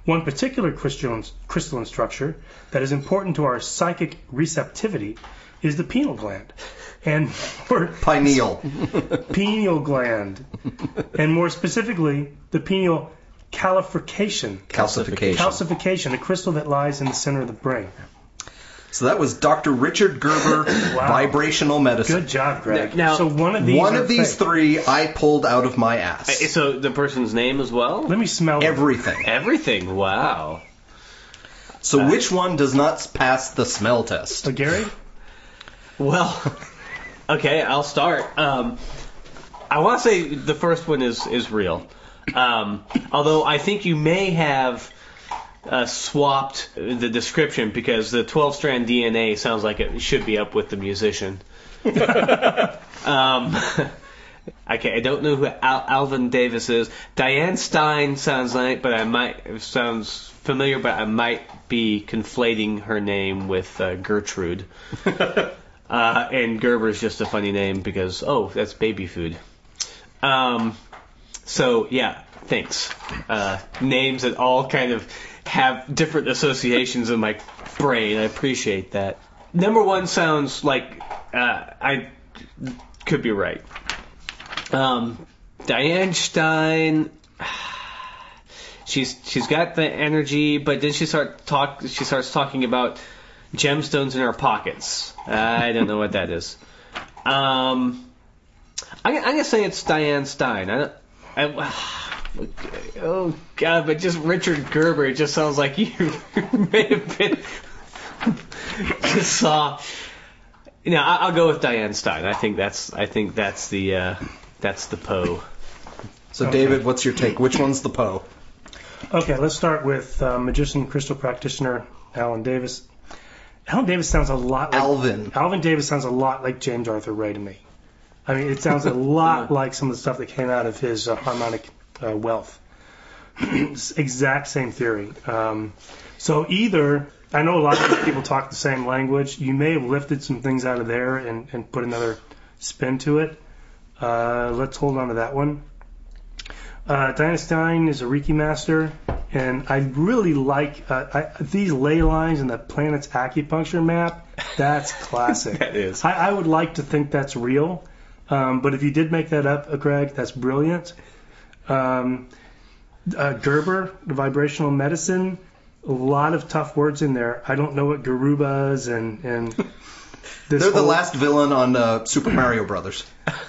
One particular crystalline, crystalline structure that is important to our psychic receptivity is the pineal gland, and more pineal. pineal gland, and more specifically, the pineal calcification. calcification. Calcification, a crystal that lies in the center of the brain. so that was Dr. Richard Gerber, vibrational medicine. Good job, Greg. Now- so one of these. One are of these fake. three I pulled out of my ass. Uh, So the person's name as well? Let me smell it. Everything. Everything. Wow. So which one does not pass the smell test? So Gary, Well, okay, I'll start. Um, I want to say the first one is is real, um, although I think you may have uh, swapped the description because the 12 strand DNA sounds like it should be up with the musician. um, okay, I don't know who Al- Alvin Davis is. Diane Stein sounds like, but I might sounds familiar, but I might be conflating her name with uh, Gertrude. uh, and Gerber's just a funny name because oh, that's baby food. Um, so yeah, thanks. Uh, names that all kind of have different associations in my brain. I appreciate that. Number one sounds like uh, I could be right. Um, Diane Stein. She's she's got the energy, but then she start talk. She starts talking about gemstones in her pockets. I don't know what that is. Um, I, I'm gonna say it's Diane Stein. I, don't- I, oh God, but just Richard Gerber. It just sounds like you may have been just saw. No, I, I'll go with Diane Stein. I think that's I think that's the uh, that's the Poe. So, Okay. David, what's your take? Which one's the Poe? Okay, let's start with uh, magician crystal practitioner Alan Davis. Alan Davis sounds a lot like Alvin. Alvin Davis sounds a lot like James Arthur Ray to me. I mean, it sounds a lot like some of the stuff that came out of his uh, harmonic uh, wealth. It's exact same theory. Um, so either I know a lot of these people talk the same language. You may have lifted some things out of there and, and put another spin to it. Uh, let's hold on to that one. Uh, Diana Stein is a Reiki master, and I really like uh, I, these ley lines and the planet's acupuncture map. That's classic. That is. I, I would like to think that's real, um, but if you did make that up, uh, Greg, that's brilliant. Um, uh, Gerber, the vibrational medicine, a lot of tough words in there. I don't know what Garubas and and this They're the whole- last villain on uh, Super Mario Brothers.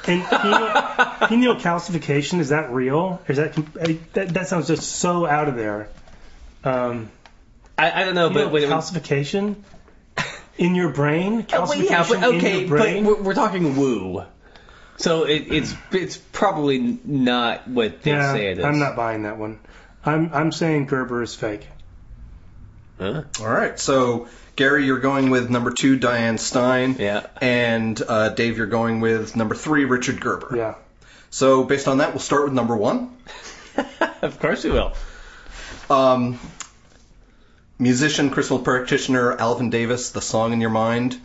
and penile, penile calcification is that real? Is that, I- that that sounds just so out of there? Um, I, I don't know, penile but when, calcification in your brain, Oh, well, calcification yeah, but in okay, your but brain. we're, we're talking woo. So it, it's it's probably not what they yeah, say it is. I'm not buying that one. I'm I'm saying Gerber is fake. Huh? All right. So, Gary, you're going with number two, Diane Stein. Yeah. And uh, Dave, you're going with number three, Richard Gerber. Yeah. So, based on that, we'll start with number one. of course you will. Um, musician, crystal practitioner Alvin Davis, The Song in Your Mind,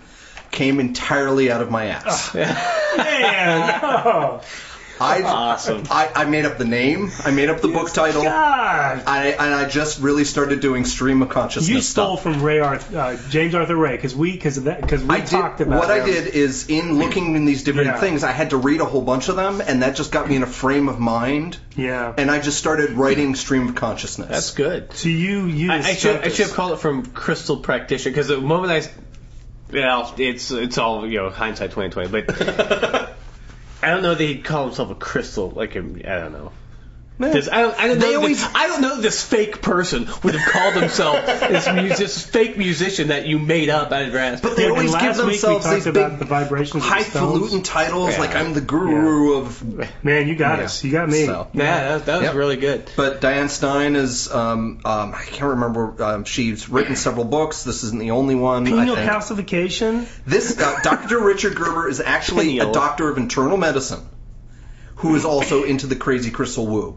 came entirely out of my ass. Man, oh, I, Awesome. I, I made up the name, I made up the book title. God. I, and I just really started doing stream of consciousness You stole stuff. from Ray Arth- uh, James Arthur Ray because we because that because we I did, talked about what him. I did is in looking in these different Yeah. things, I had to read a whole bunch of them, and that just got me in a frame of mind, Yeah. and I just started writing stream of consciousness. That's good. so you you I, I should I should discussed this. have called it from crystal practitioner because the moment I, s- well, it's it's all you know hindsight twenty twenty, but. I don't know that he'd call himself a crystal, like a, I don't know. This, I don't, I don't They know. always- this, I don't know. This fake person would have called himself this, music, this fake musician that you made up out of your ass. But they Yeah, always and last give themselves week we these talked about big the vibrations of the stones. highfalutin titles, Yeah. like I'm the guru of. Man, you got Yeah. us. You got me. So. yeah, that, that was Yep. really good. But Diane Stein is, um, um, I can't remember. Um, she's written several books. This isn't the only one. I Penile think. calcification. This uh, Dr. Richard Gerber is actually a Peniel. doctor of internal medicine, who is also into the crazy crystal woo.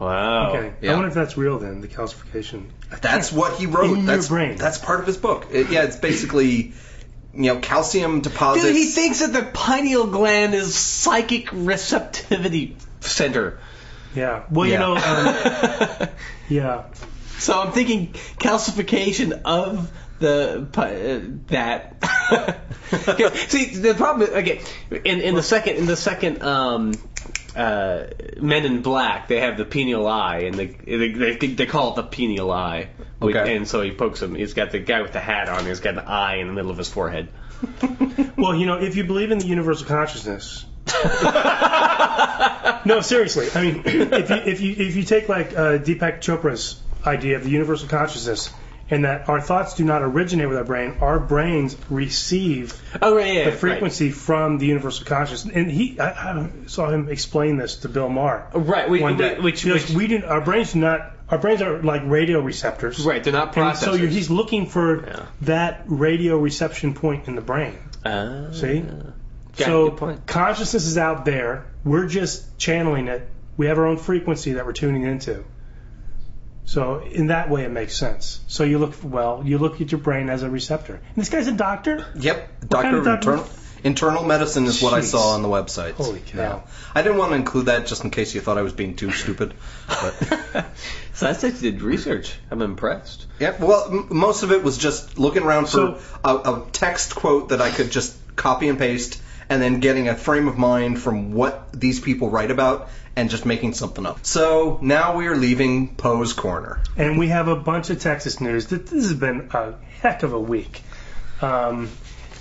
Wow. Okay. yeah. I wonder if that's real then, the calcification. That's what he wrote. In your that's brain. that's part of his book. It- yeah, it's basically you know calcium deposits. Dude, he thinks that the pineal gland is psychic receptivity center. Yeah. Well, Yeah. you know, um, yeah. so I'm thinking calcification of the pi- uh, that. 'Cause, See, the problem is okay. In, in the second in the second um, uh, Men in Black, they have the pineal eye, and they they, they, they call it the pineal eye. Which- Okay. And so he pokes him. He's got the guy with the hat on. He's got the eye in the middle of his forehead. Well, you know, if you believe in the universal consciousness. no, seriously. I mean, if you if you if you take like uh, Deepak Chopra's idea of the universal consciousness, and that our thoughts do not originate with our brain, our brains receive Oh right, yeah, the yeah, right. frequency from the universal consciousness. And he, I, I saw him explain this to Bill Maher. Right, we, one we- day. which, Because which we didn't, our brains do not, our brains are like radio receptors. right, they're not And processors. so you're, he's looking for Yeah. that radio reception point in the brain. Ah. See? Yeah, so good point. consciousness is out there. We're just channeling it. We have our own frequency that we're tuning into. So in that way, it makes sense. So you look well, you look at your brain as a receptor. And this guy's a doctor. Yep, kind doctor of of doctor- internal, internal medicine is what I saw Jeez. on the website. Holy cow. I didn't want to include that just in case you thought I was being too stupid. But So that's that you did research. I'm impressed. yeah, well, m- most of it was just looking around for So- a, a text quote that I could just copy and paste, and then getting a frame of mind from what these people write about, and just making something up. So now we are leaving Poe's corner. And we have a bunch of Texas news. Th- This has been a heck of a week. Um,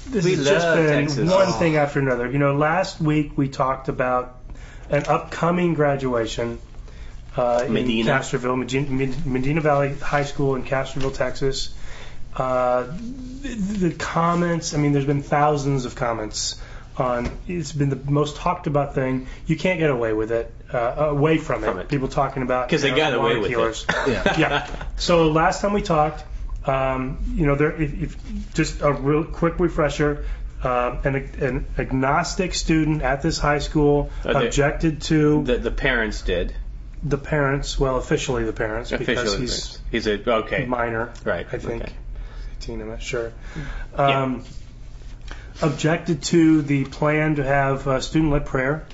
this We has just love been Texas. one Oh. thing after another. You know, last week we talked about an upcoming graduation uh, in Medina. Castroville, Medina, Med- Medina Valley High School in Castroville, Texas. Uh, the, the comments, I mean, there's been thousands of comments on it's been the most talked about thing. You can't get away with it, uh, away from it. From it. People talking about 'Cause they you know, got away lawn with it. killers Yeah. yeah. So last time we talked, um, you know, there if, if just a real quick refresher. Um, an, an agnostic student at this high school Okay. objected to the, The, the parents did. parents, well, officially the parents, because Officially, he's he's a okay. minor, right. I think. okay. 18, I'm not sure. Um, Objected to the plan to have uh, student-led prayer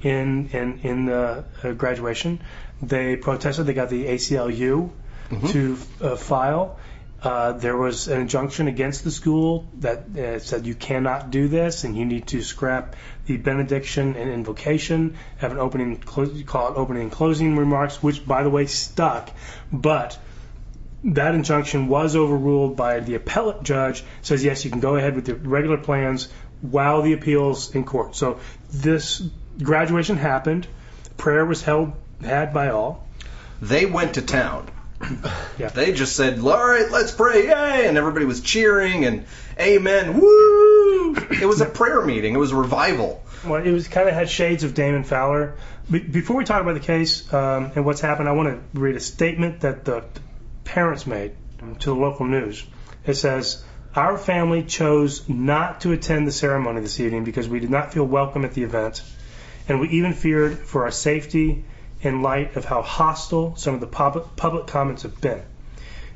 in in in the uh, graduation. They protested. They got the ACLU Mm-hmm. to uh, file. Uh, there was an injunction against the school that uh, said you cannot do this and you need to scrap the benediction and invocation, have an opening, clo- call it opening and closing remarks, which by the way stuck, but that injunction was overruled by the appellate judge. Says yes, you can go ahead with the regular plans while the appeals in court. So this graduation happened. Prayer was held had by all. They went to town. Yeah. They just said, "All right, let's pray, yay!" And everybody was cheering and "Amen, woo!" It was a prayer meeting. It was a revival. Well, it was kind of had shades of Damon Fowler. Be- before we talk about the case um, and what's happened, I want to read a statement that the parents made to the local news. It says, "Our family chose not to attend the ceremony this evening because we did not feel welcome at the event, and we even feared for our safety in light of how hostile some of the pub- public comments have been."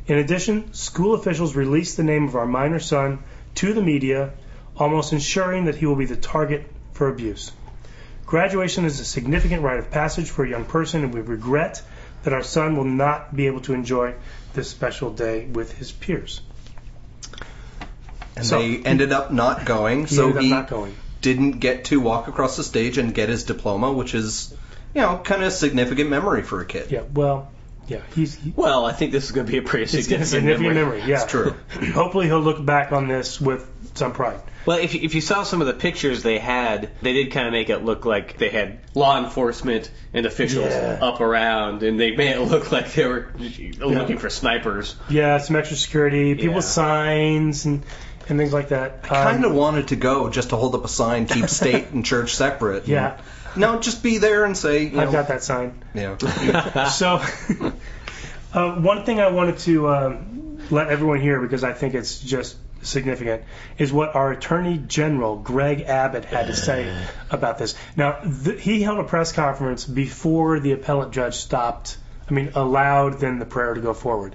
In addition, school officials released the name of our minor son to the media, almost ensuring that he will be the target for abuse. Graduation is a significant rite of passage for a young person, and we regret that our son will not be able to enjoy this special day with his peers. And So- they ended up not going, He so ended up he not going. didn't get to walk across the stage and get his diploma, which is, you know, kind of a significant memory for a kid. Yeah, well, yeah, he's he, Well, I think this is going to be a pretty it's a significant, significant memory. memory. Yeah, It's true. Hopefully, he'll look back on this with some pride. Well, if you, if you saw some of the pictures they had, they did kind of make it look like they had law enforcement and officials Yeah. up around, and they made it look like they were looking for snipers. Yeah, some extra security, people Yeah. signs, and and things like that. Um, Kind of wanted to go just to hold up a sign, keep state and church separate. Yeah. No, just be there and say, you I've know, got that sign. yeah. So, uh, one thing I wanted to um, let everyone hear because I think it's just significant is what our Attorney General Greg Abbott had to say about this. Now, th- he held a press conference before the appellate judge stopped, I mean, allowed then the prayer to go forward.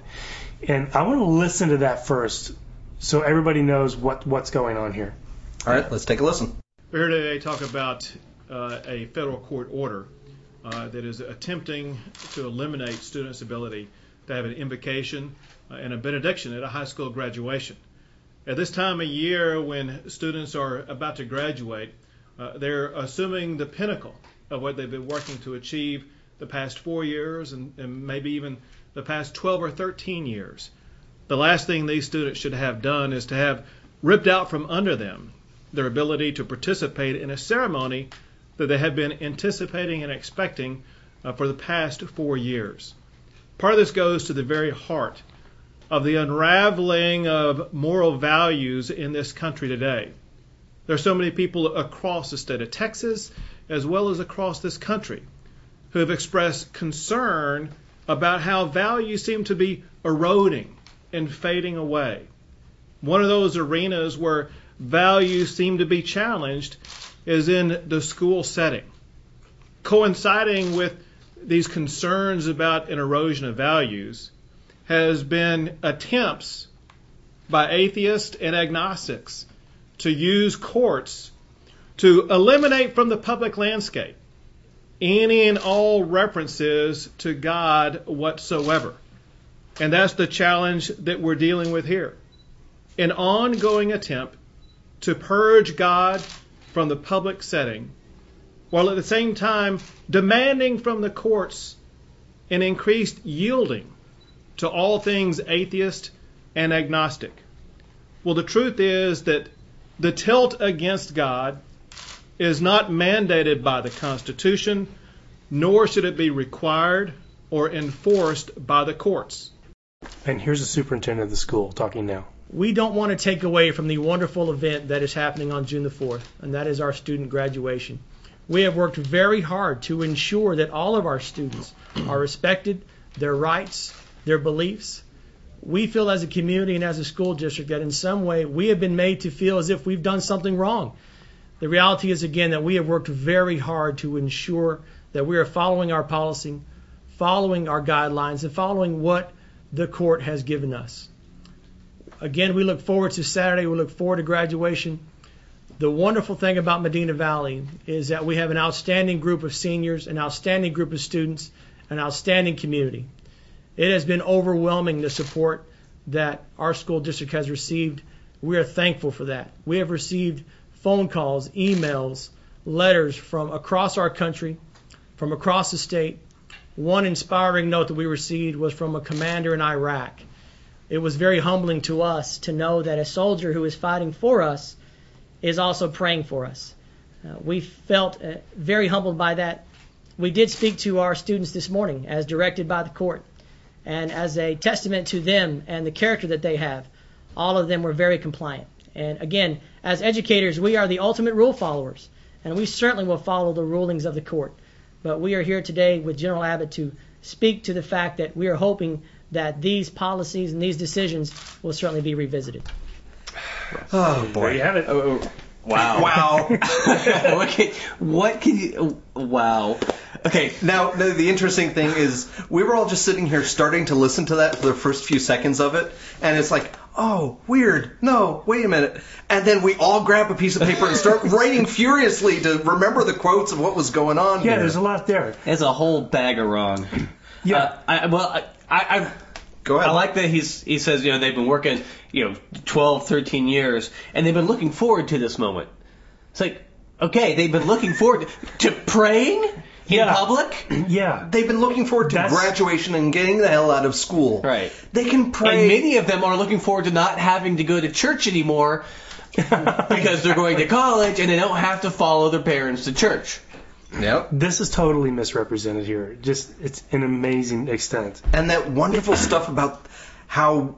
And I want to listen to that first so everybody knows what, what's going on here. All right, let's take a listen. We're here today to talk about uh, a federal court order uh, that is attempting to eliminate students' ability to have an invocation uh, and a benediction at a high school graduation. At this time of year, when students are about to graduate, uh, they're assuming the pinnacle of what they've been working to achieve the past four years and, and maybe even the past 12 or 13 years. The last thing these students should have done is to have ripped out from under them their ability to participate in a ceremony that they have been anticipating and expecting uh, for the past four years. Part of this goes to the very heart of the unraveling of moral values in this country today. There are so many people across the state of Texas, as well as across this country, who have expressed concern about how values seem to be eroding and fading away. One of those arenas where values seem to be challenged is in the school setting. Coinciding with these concerns about an erosion of values has been attempts by atheists and agnostics to use courts to eliminate from the public landscape any and all references to God whatsoever. And that's the challenge that we're dealing with here. An ongoing attempt to purge God from the public setting, while at the same time demanding from the courts an increased yielding to all things atheist and agnostic. Well, the truth is that the tilt against God is not mandated by the Constitution, nor should it be required or enforced by the courts. And here's the superintendent of the school talking now. We don't want to take away from the wonderful event that is happening on June the 4th, and that is our student graduation. We have worked very hard to ensure that all of our students are respected, their rights, their beliefs. We feel as a community and as a school district that in some way we have been made to feel as if we've done something wrong. The reality is, again, that we have worked very hard to ensure that we are following our policy, following our guidelines, and following what the court has given us. Again, we look forward to Saturday. We look forward to graduation. The wonderful thing about Medina Valley is that we have an outstanding group of seniors, an outstanding group of students, an outstanding community. It has been overwhelming the support that our school district has received. We are thankful for that. We have received phone calls, emails, letters from across our country, from across the state. One inspiring note that we received was from a commander in Iraq. It was very humbling to us to know that a soldier who is fighting for us is also praying for us. Uh, we felt uh, very humbled by that. We did speak to our students this morning as directed by the court and as a testament to them and the character that they have. All of them were very compliant. And again, as educators, we are the ultimate rule followers, and we certainly will follow the rulings of the court. But we are here today with General Abbott to speak to the fact that we are hoping that these policies and these decisions will certainly be revisited. Oh There you boy! have it. Wow. Wow. what, can, what can you? Wow. Okay. Now, the, the interesting thing is, we were all just sitting here starting to listen to that for the first few seconds of it, and it's like, oh, weird. No, wait a minute. And then we all grab a piece of paper and start writing furiously to remember the quotes of what was going on. Yeah, here. there's a lot there. It's a whole bag of wrong. Yeah. Uh, I, well, I, I, I, Go ahead. I like that he's he says you know they've been working you know 12, 13 years and they've been looking forward to this moment. It's like okay, they've been looking forward to, praying in Yeah. public. Uh, yeah. They've been looking forward to That's- graduation and getting the hell out of school. Right. They can And pray. many of them are looking forward to not having to go to church anymore because they're going to college and they don't have to follow their parents to church. Yep. This is totally misrepresented here. Just it's an amazing extent. And that wonderful stuff about how,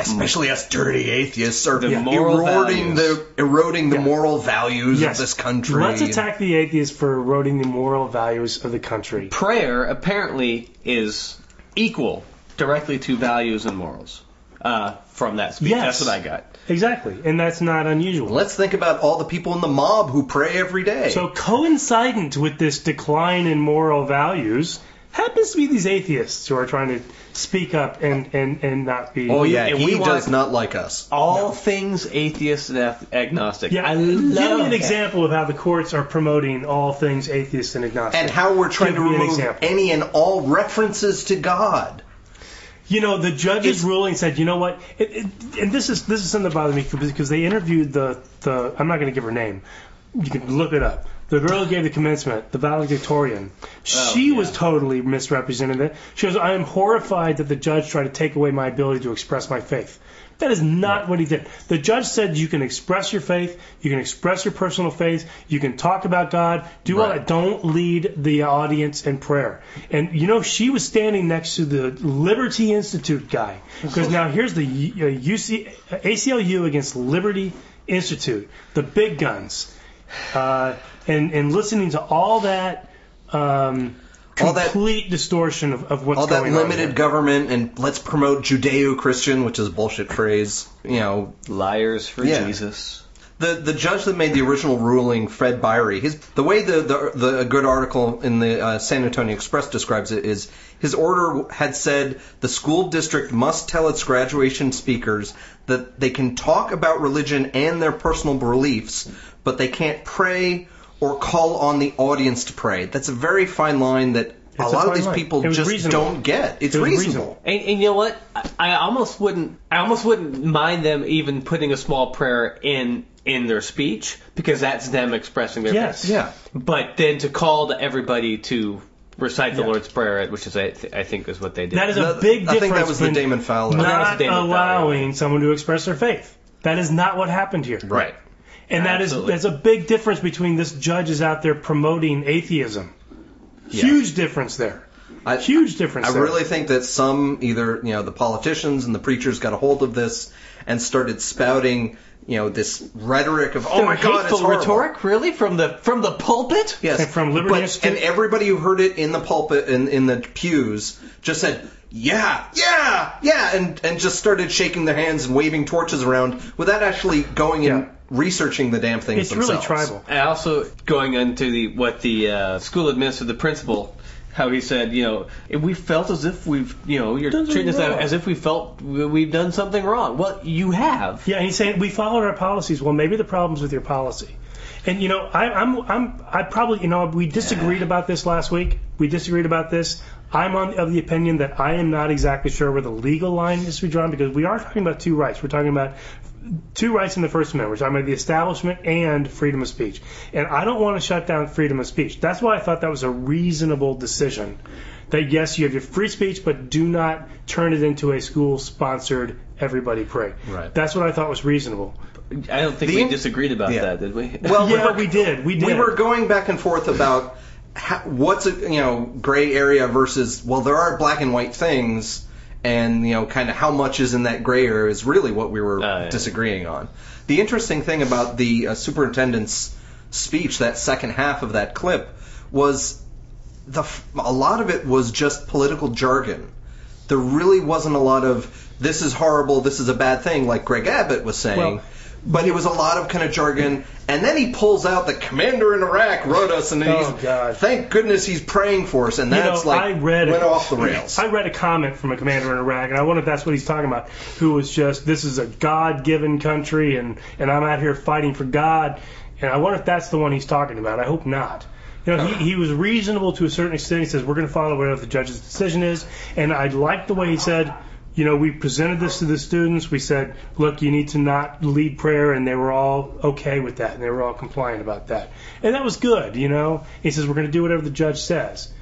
especially us dirty atheists, are The moral eroding values. the eroding the moral values Yes. of this country. Let's attack the atheists for eroding the moral values of the country. prayer apparently is equal directly to values and morals uh, from that speech. Yes. That's what I got. Exactly, and that's not unusual. Let's think about all the people in the mob who pray every day. So coincident with this decline in moral values happens to be these atheists who are trying to speak up and and and not be. oh yeah, and he we want- does not like us. All things atheist and ag- agnostic. Yeah, I love give me an that. example of how the courts are promoting all things atheist and agnostic. And how we're trying to Give me an remove example. any and all references to God. You know, the judge's It's- ruling said, you know what? It, it, and this is this is something that bothered me because they interviewed the the. I'm not going to give her name. You can look it up. The girl who gave the commencement, the valedictorian, she yeah. was totally misrepresented. It. She goes, I am horrified that the judge tried to take away my ability to express my faith. That is not what he did. The judge said you can express your faith, you can express your personal faith, you can talk about God, do all Right. that. Don't lead the audience in prayer. And you know she was standing next to the Liberty Institute guy because now here's the U- uh, UC uh, ACLU against Liberty Institute, the big guns, uh, and and listening to all that. Um, All that- complete distortion of, of what's all that going on. limited here. government and let's promote Judeo-Christian, which is a bullshit phrase. You know, Liars for Yeah. Jesus. the the judge that made the original ruling, Fred Byrie, his the way the the, the a good article in the uh, San Antonio Express describes it is his order had said the school district must tell its graduation speakers that they can talk about religion and their personal beliefs, but they can't pray or call on the audience to pray. That's a very fine line that a It's a lot of fine these line. people It was just reasonable. don't get. It's It was reasonable. reasonable. And, and you know what? I, I almost wouldn't. I almost wouldn't mind them even putting a small prayer in in their speech because that's them expressing their. Yes. Yeah. But then to call to everybody to recite the Yeah. Lord's Prayer, which is I, th- I think is what they did. That is a That- big difference. I think that was the between Damon Fowler. that was Not the Damon Fowler, allowing right. someone to express their faith. That is not what happened here. right. And that is Absolutely. that's a big difference between this judge is out there promoting atheism. Yeah. Huge difference there. I, Huge difference. I there. really think that some either you know the politicians and the preachers got a hold of this and started spouting you know this rhetoric of oh Their my god it's hateful horrible. rhetoric, really, from the from the pulpit. Yes, And from Liberty but- Institute- and everybody who heard it in the pulpit in, in the pews just said yeah yeah yeah and and just started shaking their hands and waving torches around without actually going and Yeah. researching the damn things it's really themselves. tribal. And also going into the what the uh, school administrator, the principal, how he said, you know, if we felt as if we've, you know, you're Done treating us something wrong. as if we felt we- we've done something wrong. Well, you have. Yeah, and he's saying we followed our policies. Well, maybe the problem's with your policy. And you know, I, I'm, I'm, I probably, you know, we disagreed about this last week. We disagreed about this. I'm on of the opinion that I am not exactly sure where the legal line is to be drawn because we are talking about two rights. We're talking about two rights in the First Amendment. We're talking about the establishment and freedom of speech. And I don't want to shut down freedom of speech. That's why I thought that was a reasonable decision. That yes, you have your free speech, but do not turn it into a school-sponsored everybody pray. Right. That's what I thought was reasonable. I don't think The we in- disagreed about Yeah. that, did we? Well, yeah, we we're- did. We did. we were going back and forth about how, what's a you know gray area versus well there are black and white things and you know kind of how much is in that gray area is really what we were Oh, Uh, yeah. disagreeing on. The interesting thing about the uh, superintendent's speech, that second half of that clip, was the f- a lot of it was just political jargon. There really wasn't a lot of this is horrible, this is a bad thing, like Greg Abbott was saying. Well- but it was a lot of kind of jargon, and then he pulls out the commander in Iraq wrote us, and he's, Oh, God. thank goodness he's praying for us, and You know, that's like I read went a, off the rails. I read a comment from a commander in Iraq, and I wonder if that's what he's talking about. Who was just this is a God-given country, and and I'm out here fighting for God, and I wonder if that's the one he's talking about. I hope not. You know, he, he was reasonable to a certain extent. He says we're going to follow whatever the judge's decision is, and I liked the way he said. You know, we presented this to the students. We said, look, you need to not lead prayer, and they were all okay with that, and they were all compliant about that. And that was good, you know. He says, we're going to do whatever the judge says.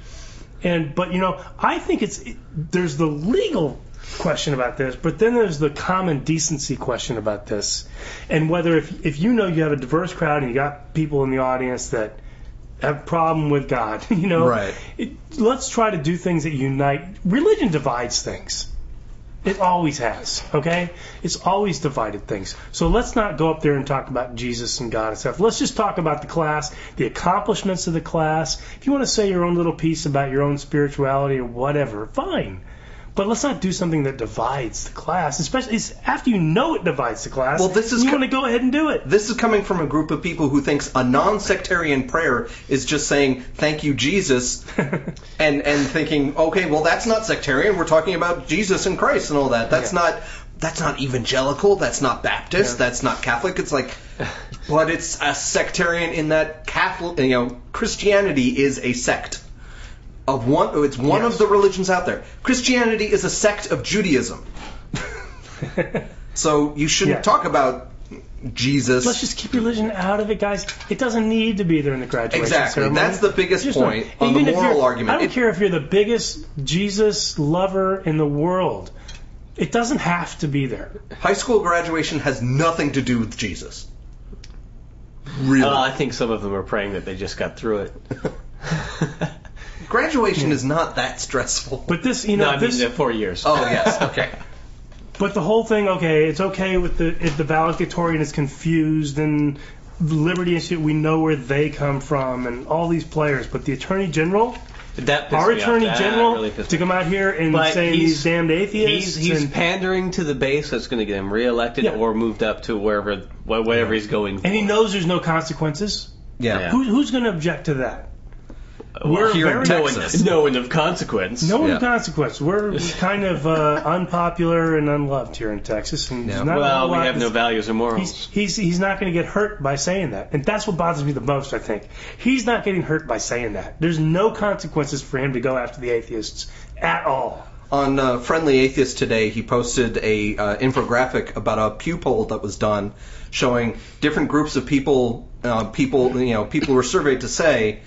And but you know, I think it's it, there's the legal question about this, but then there's the common decency question about this, and whether if if you know you have a diverse crowd and you got people in the audience that have problem with God, you know, Right. it, let's try to do things that unite. Religion divides things. It always has, okay? It's always divided things. So let's not go up there and talk about Jesus and God and stuff. Let's just talk about the class, the accomplishments of the class. If you want to say your own little piece about your own spirituality or whatever, fine. But let's not do something that divides the class, especially it's after you know it divides the class. Well, this is you co- want to go ahead and do it. This is coming from a group of people who thinks a non-sectarian prayer is just saying thank you Jesus, and and thinking okay well that's not sectarian. We're talking about Jesus and Christ and all that. That's not that's not evangelical. That's not Baptist. That's not Catholic. It's like, but it's a sectarian in that Catholic you know Christianity is a sect. Of one, it's one of Yes. the religions out there. Christianity is a sect of Judaism, so you shouldn't Yeah. talk about Jesus. Let's just keep religion out of it, guys. It doesn't need to be there in the graduation Exactly. ceremony. That's the biggest Just point don't- on the even if moral you're- argument. I don't It- care if you're the biggest Jesus lover in the world. It doesn't have to be there. High school graduation has nothing to do with Jesus. Really? Uh, I think some of them are praying that they just got through it. graduation is not that stressful. But this, you know, no, I this. mean uh, four years. oh, yes. Okay. But the whole thing, okay, it's okay with the if the valedictorian is confused and Liberty Institute, we know where they come from and all these players, but the Attorney General That pissed Our me off. attorney That general really pissed to me off. come out here and But saying he's- these damned atheists. He's, he's and, pandering to the base that's going to get him reelected Yeah. or moved up to wherever wh- whatever he's going. and he for. knows there's no consequences. Yeah. Yeah. Who, who's going to object to that? We're Here in very knowing, Texas. knowing of consequence. No one Yeah. of consequence. We're kind of uh, unpopular and unloved here in Texas, and there's Yeah. not a well, whole we lot have no that's- values or He's, morals. he's, he's not going to get hurt by saying that. And that's what bothers me the most, I think. He's not getting hurt by saying that. There's no consequences for him to go after the atheists at all. on uh, Friendly Atheist today, he posted a uh, infographic about a Pew poll that was done showing different groups of people. Uh, people, you know, people were surveyed to say,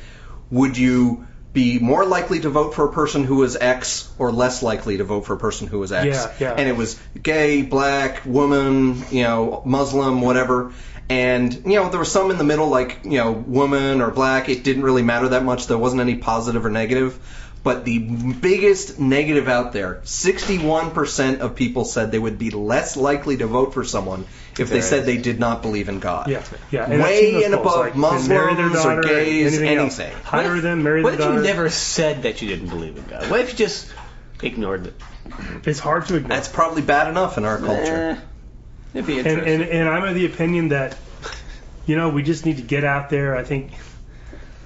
would you be more likely to vote for a person who was X or less likely to vote for a person who was X? Yeah, yeah. And it was gay, black, woman, you know, Muslim, whatever. And you know, there were some in the middle, like you know, woman or black. It didn't really matter that much. There wasn't any positive or negative. But the biggest negative out there, 61% of people said they would be less likely to vote for someone if they said they did not believe in God. Yeah, yeah. I've seen Way those and polls, above like, Muslims marry their daughter, or gays, anything. else. anything. Hire them, marry What their if you daughter. never said that you didn't believe in God? What if you just ignored it? It's hard to ignore. That's probably bad enough in our culture. Eh, it'd be and, interesting. and and I'm of the opinion that you know we just need to get out there. I think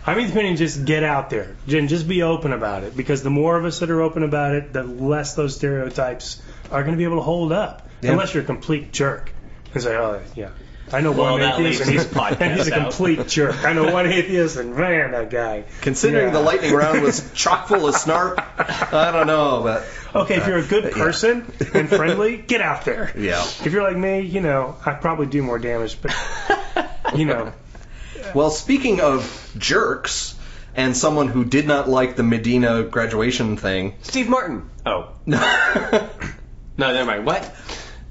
I'm of the opinion just get out there and just be open about it because the more of us that are open about it, the less those stereotypes are going to be able to hold up. Yeah. Unless you're a complete jerk and say, oh yeah, I know Well, one that atheist and leaves he's, this podcast and he's a out. complete jerk. I know one atheist and man, that guy. Considering Yeah. the lightning round was chock full of snark, I don't know, but Okay, if you're a good person and friendly, get out there. yeah. If you're like me, you know, I probably do more damage, but you know. Well, speaking of jerks and someone who did not like the Medina graduation thing, Steve Martin. Oh. no, never mind. What?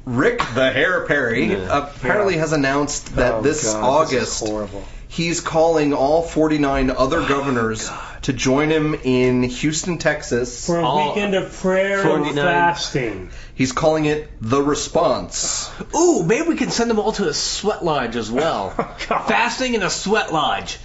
Rick the Hair Perry apparently Yeah. has announced that Oh, God, this this is August horrible. he's calling all 49 other governors to join him in Houston, Texas. For a All- weekend of prayer and 49. fasting. He's calling it the response. Ooh, maybe we can send them all to a sweat lodge as well. Oh, God. Fasting in a sweat lodge.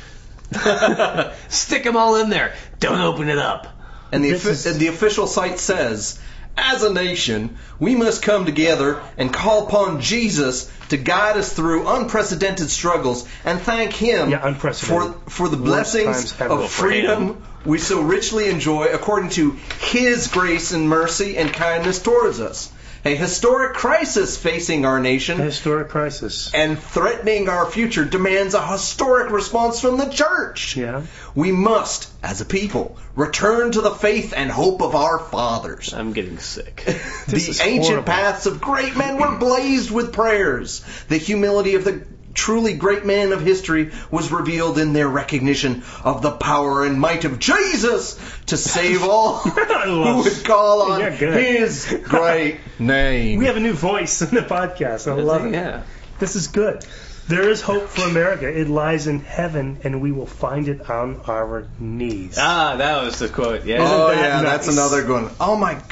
Stick them all in there. Don't open it up. And the, This offi- is- and the official site says, as a nation, we must come together and call upon Jesus to guide us through unprecedented struggles and thank Him Yeah, unprecedented. for, for the Worst blessings times ever of for him. freedom we so richly enjoy according to His grace and mercy and kindness towards us. A historic crisis facing our A nation historic crisis. and threatening our future demands a historic response from the church. Yeah. We must, as a people, return to the faith and hope of our fathers. I'm getting sick. the is ancient horrible. paths of great men were blazed with prayers. The humility of the truly great men of history was revealed in their recognition of the power and might of Jesus to save all who love- would call on You're good. his great name. We have a new voice in the podcast. I love it. Yeah. This is good. There is hope for America. It lies in heaven, and we will find it on our knees. Ah, that was the quote. Yeah. Oh Isn't that yeah, nice? that's another good one. Oh my, I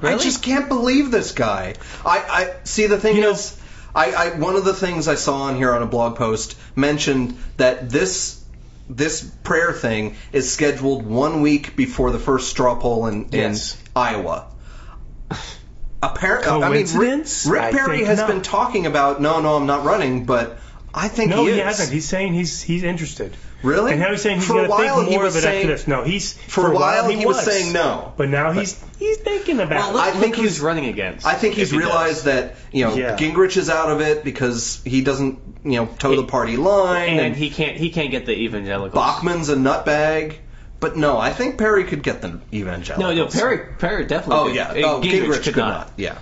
Really? just can't believe this guy. I, I see the thing You know- is, I, I one of the things I saw on here on a blog post mentioned that this this prayer thing is scheduled one week before the first straw poll in, Yes. in Iowa. Apparently, I mean, Rick, Coincidence? Rick I Perry think has not. been talking about no, no, I'm not running, but I think no, he, he, is. hasn't. He's saying he's he's interested. really. And now he's saying he's for a going to think while more he was of it saying after this. No, he's for, a while, he, was saying no. but now he's he's thinking Well, about look, I I think think he's- he's running against. I think if he's he does. realized that you know Yeah. Gingrich is out of it because he doesn't you know toe the party line, and, and he can't. He can't get the evangelicals. Bachman's a nutbag. But no, I think Perry could get the evangelical. No, no, Perry. Perry definitely. Oh could. yeah, Uh, oh, Gingrich, Gingrich could not. Yeah,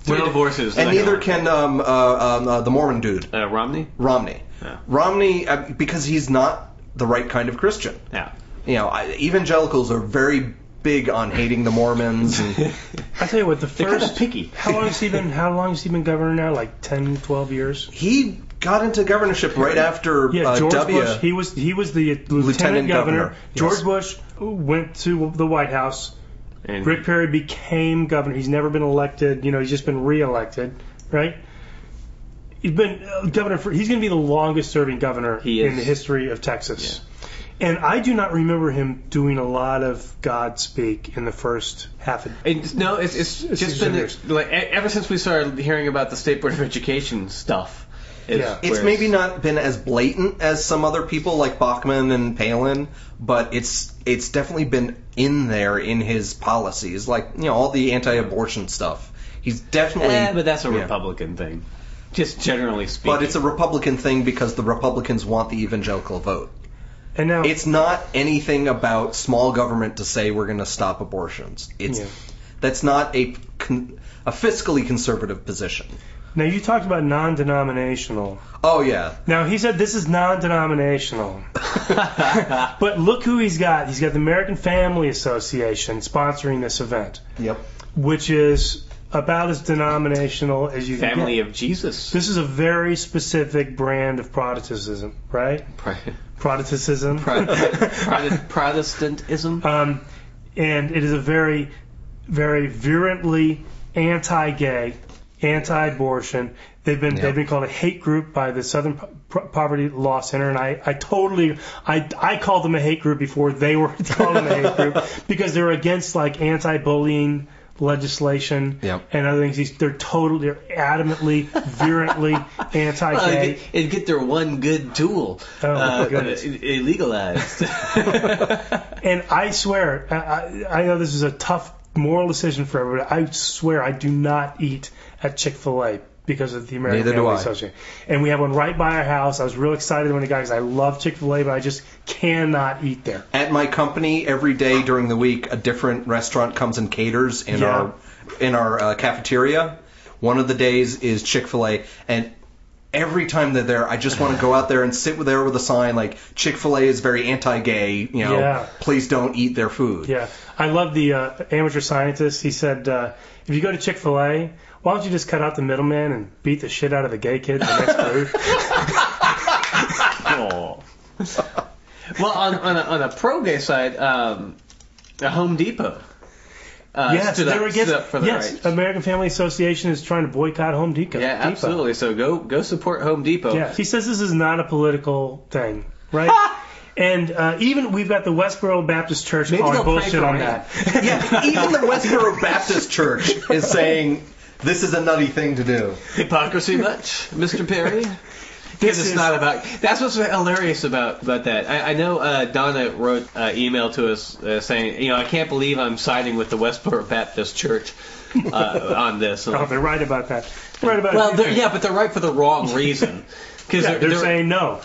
Three divorces. and I know. neither can um, uh, um, uh, the Mormon dude uh, Romney. Romney. Yeah. Romney uh, because he's not the right kind of Christian. Yeah. You know, I, evangelicals are very big on hating the Mormons. And, I tell you what, the They're kind of first. picky. How long has he been? How long has he been governor now? Like 10, 12 years. he got into governorship right after Yeah, uh, George W. Bush. He was he was the lieutenant, Lieutenant governor. governor, yes. George Bush went to the White House. And Rick Perry became governor. He's never been elected. You know, he's just been reelected, right? He's been uh, governor for. He's going to be the longest serving governor He in is. the history of Texas. And I do not remember him doing a lot of God speak in the first half. Of, It's, no, it's, it's, It's just just been years. like e- ever since we started hearing about the state board of education stuff. is where Yeah. It's maybe not been as blatant as some other people like Bachman and Palin, but it's it's definitely been in there in his policies, like you know all the anti-abortion stuff. He's definitely, Eh, but that's a Yeah. Republican thing. Just generally speaking. but it's a Republican thing because the Republicans want the evangelical vote. and now It's not anything about small government to say we're going to stop abortions. It's Yeah. that's not a con, a fiscally conservative position. now you talked about non-denominational. Oh yeah, Now he said this is non-denominational, but look who he's got. He's got the American Family Association sponsoring this event, yep. which is about as denominational as you can family get. of Jesus. This is a very specific brand of Protestantism, right? Pro- Protestantism. pro- pro- Protestantism. Um, and it is a very, very virulently anti-gay, anti-abortion. They've been Yeah. they've been called a hate group by the Southern Po- Pro- Poverty Law Center, and I, I totally I I called them a hate group before they were called them a hate group because they're against like anti-bullying legislation Yep. and other things. These- They're totally, they're adamantly, virulently Well, anti-gay. it'd, get, it'd get their one good tool Oh, my uh, goodness. i- illegalized. And I swear, I, I, I know this is a tough moral decision for everybody. I swear I do not eat at Chick Fil A because of the American Neither do Family I. Association. And we have one right by our house. I was real excited when it got because I love Chick Fil A, but I just cannot eat there. At my company, every day during the week, a different restaurant comes and caters in Yeah. our in our uh, cafeteria. One of the days is Chick Fil A, and every time they're there, I just want to go out there and sit with there with a sign like Chick Fil A is very anti-gay. You know, Yeah. please don't eat their food. Yeah, I love the uh, amateur scientist. He said, uh, if you go to Chick Fil A, why don't you just cut out the middleman and beat the shit out of the gay kids the next booth? Oh. well, on, on, a, on a pro gay side, um, a Home Depot. Uh, yes, stood up, they were against- stood up for the yes, rights. American Family Association is trying to boycott Home Depot. Yeah, Depot. absolutely. So go go support Home Depot. Yeah, he says this is not a political thing, right? and uh, even we've got the Westboro Baptist Church Maybe calling they'll pray bullshit for on me. that. yeah. Even the Westboro Baptist Church is saying this is a nutty thing to do. Hypocrisy much, Mr. Perry? Because it's is- not about. That's what's hilarious about about that. I, I know uh, Donna wrote uh, email to us uh, saying, you know, I can't believe I'm siding with the Westboro Baptist Church uh, on this. Oh, they're right about that. They're right about a well, few they're, things. yeah, but they're right for the wrong reason. Because Yeah, they're, saying no.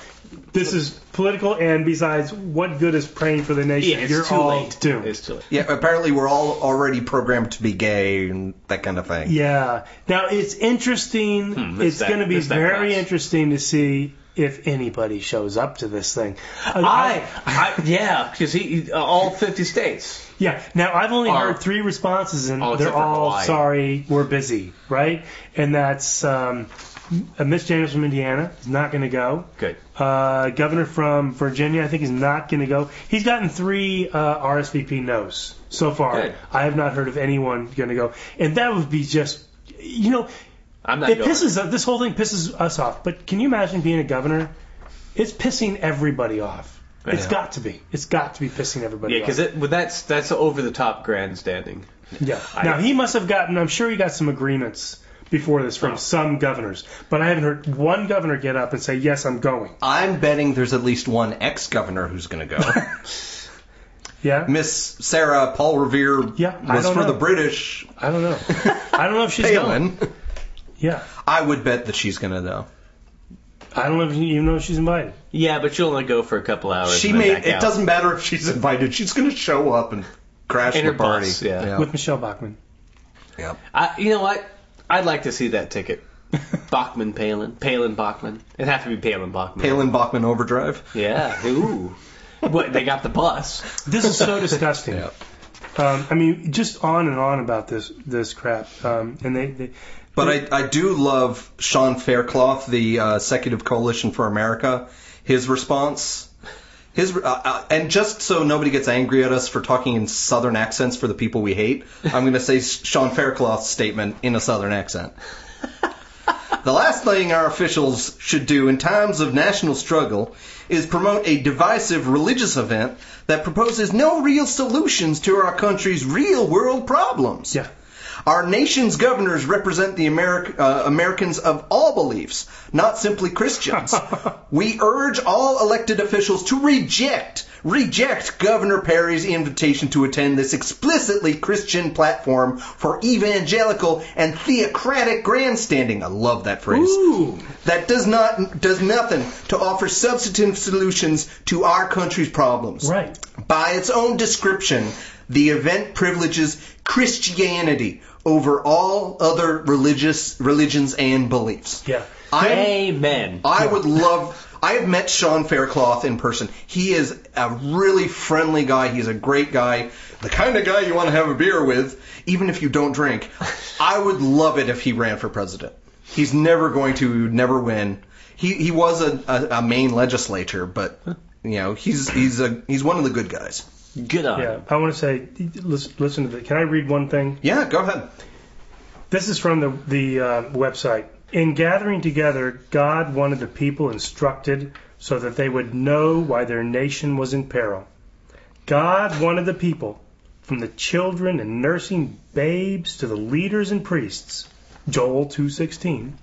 This is political, and besides, what good is praying for the nation? yeah, it's You're too all late. doomed. It's too late. Yeah, apparently we're all already programmed to be gay and that kind of thing. Yeah. Now it's interesting. Hmm, it's it's that- going to be it's that very class. interesting to see if anybody shows up to this thing. I- I, I yeah, because he, he- uh, all 50 states. Yeah. Now I've only Are- heard three responses, and Oh, they're except for all Hawaii. sorry, we're busy, right? And that's um, uh, Miss James from Indiana is not going to go. Good. Uh, governor from Virginia, I think, is not going to go. He's gotten three uh, RSVP no's so far. Good. I have not heard of anyone going to go, and that would be just, you know, I'm not. it going. pisses us. This whole thing pisses us off. But can you imagine being a governor? It's pissing everybody off. It's Yeah. got to be. It's got to be pissing everybody Yeah, off. because that's that's over the top grandstanding. Yeah. now he must have gotten. I'm sure he got some agreements before this from some governors, but I haven't heard one governor get up and say, "Yes, I'm going." I'm betting there's at least one ex-governor who's going to go. Yeah. Miss Sarah Paul Revere Yeah, I was don't for know. the British. I don't know. I don't know if she's going. Palin. Yeah. I would bet that she's gonna though. I don't know if she, even know if she's invited. Yeah, but you'll only go for a couple hours. She and then may. back It out. doesn't matter if she's invited. She's gonna show up and crash In the her party. bus, yeah. With Michelle Bachman. yeah. I, you know what? I'd like to see that ticket. Bachman Palin, Palin Bachman. It'd have to be Palin Bachman. Palin Bachman Overdrive. Yeah. Ooh. what? They got the bus. This is so disgusting. Um, I mean, just on and on about this this crap. Um, and they, they But I, I do love Sean Faircloth, the uh, Executive Coalition for America. His response, his uh, uh, and just so nobody gets angry at us for talking in Southern accents for the people we hate, I'm going to say Sean Faircloth's statement in a Southern accent. The last thing our officials should do in times of national struggle is promote a divisive religious event that proposes no real solutions to our country's real world problems. Yeah. Our nation's governors represent the Ameri- uh, Americans of all beliefs, not simply Christians. we urge all elected officials to reject reject Governor Perry's invitation to attend this explicitly Christian platform for evangelical and theocratic grandstanding. I love that phrase. That does not does nothing to offer substantive solutions to our country's problems. Right. By its own description, the event privileges Christianity over all other religious religions and beliefs. Yeah. I Amen. I would love I have met Sean Faircloth in person. He is a really friendly guy. He's a great guy. The kind of guy you want to have a beer with, even if you don't drink. I would love it if he ran for president. He's never going to, never win. He he was a, a, a Maine legislator, but you know, he's he's a he's one of the good guys. Good on Yeah. him. I want to say, listen, listen to the. Can I read one thing? Yeah, go ahead. This is from the, the uh, website. In gathering together, God wanted the people instructed so that they would know why their nation was in peril. God wanted the people, from the children and nursing babes to the leaders and priests, Joel 2:16,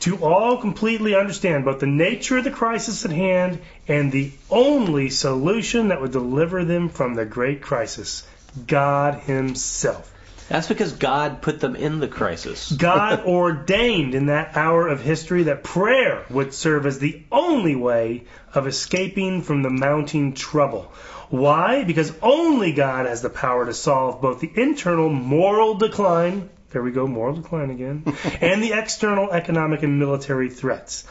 to all completely understand both the nature of the crisis at hand and the only solution that would deliver them from the great crisis, God himself. That's because God put them in the crisis. God ordained in that hour of history that prayer would serve as the only way of escaping from the mounting trouble. Why? Because only God has the power to solve both the internal moral decline, there we go, moral decline again, and the external economic and military threats.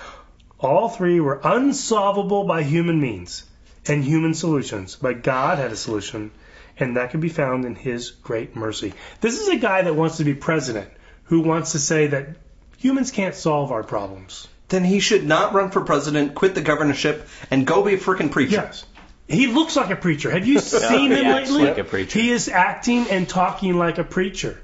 All three were unsolvable by human means and human solutions, but God had a solution, and that could be found in His great mercy. This is a guy that wants to be president who wants to say that humans can't solve our problems. Then he should not run for president, quit the governorship, and go be a freaking preacher. Yes. He looks like a preacher. Have you seen he him acts lately? like a preacher. He is acting and talking like a preacher.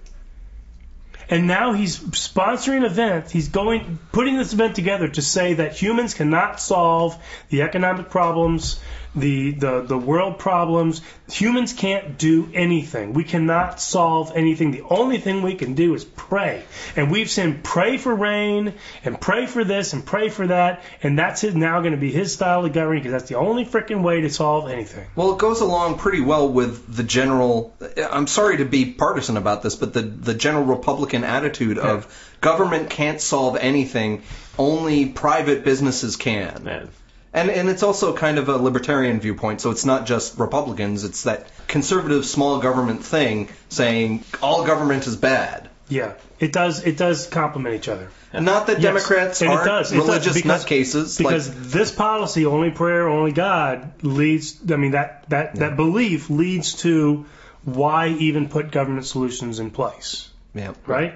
And now he's sponsoring events. He's going putting this event together to say that humans cannot solve the economic problems, the the, the world problems. Humans can't do anything. We cannot solve anything. The only thing we can do is pray. And we've said pray for rain and pray for this and pray for that. And that's it now going to be his style of governing because that's the only freaking way to solve anything. Well, it goes along pretty well with the general. I'm sorry to be partisan about this, but the the general Republican attitude of government can't solve anything, only private businesses can. Man. And and it's also kind of a libertarian viewpoint, so it's not just Republicans. It's that conservative small government thing saying all government is bad. Yeah, it does. It does complement each other. Not that Yes. Democrats And it aren't does, it does, religious because- nutcases. like- because this policy only prayer only god leads i mean that that that belief leads to why even put government solutions in place yeah. right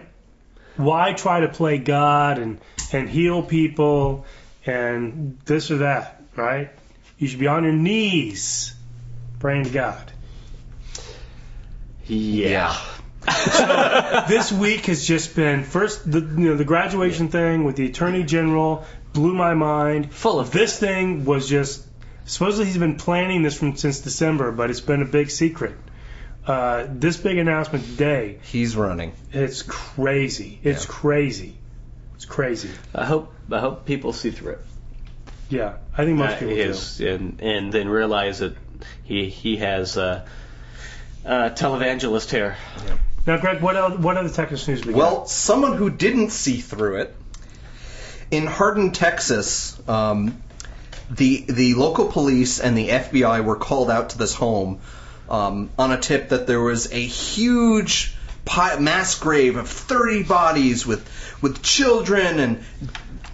why try to play god and and heal people and this or that right you should be on your knees praying to god Yeah. this week has just been first the you know the graduation thing with the attorney general blew my mind Full of This thing was just supposedly he's been planning this from since December, but it's been a big secret. Uh, this big announcement today, He's running. it's crazy. It's Yeah. crazy. It's crazy. I hope I hope people see through it. Yeah, I think most uh, people his, and and then realize that he he has uh, uh, televangelist hair. do. Now, Greg, what else, what other Texas news we got? Well, someone who didn't see through it in Hardin, Texas, um, the the local police and the FBI were called out to this home um, on a tip that there was a huge pi- mass grave of 30 bodies with with children and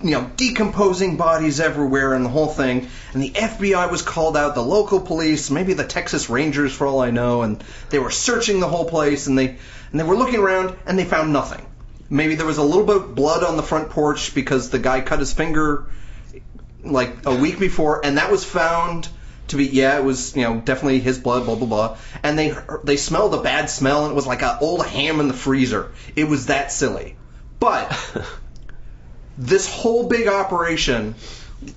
you know decomposing bodies everywhere and the whole thing and the FBI was called out the local police maybe the Texas Rangers for all I know and they were searching the whole place and they and they were looking around and they found nothing maybe there was a little bit of blood on the front porch because the guy cut his finger like a week before, and that was found to be yeah, it was you know definitely his blood, blah blah blah. And they they smelled a bad smell, and it was like an old ham in the freezer. It was that silly, but this whole big operation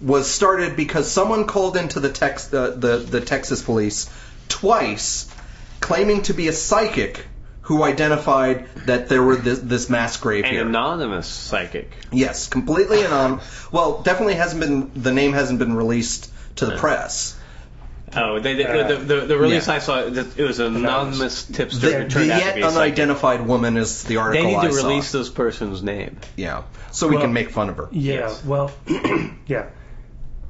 was started because someone called into the Tex the, the, the Texas police twice, claiming to be a psychic who identified that there were this, this mass grave An here. anonymous psychic. Yes, completely anon. Well, definitely hasn't been. The name hasn't been released to the press. Oh, they, they, the, the, the release Yeah. I saw, it was an anonymous tipster. The, who the turned out to yet be a psychic. unidentified woman is the They article need I to release saw. this person's name. Yeah, so we Well- can make fun of her. Yeah. Yes. Well. yeah.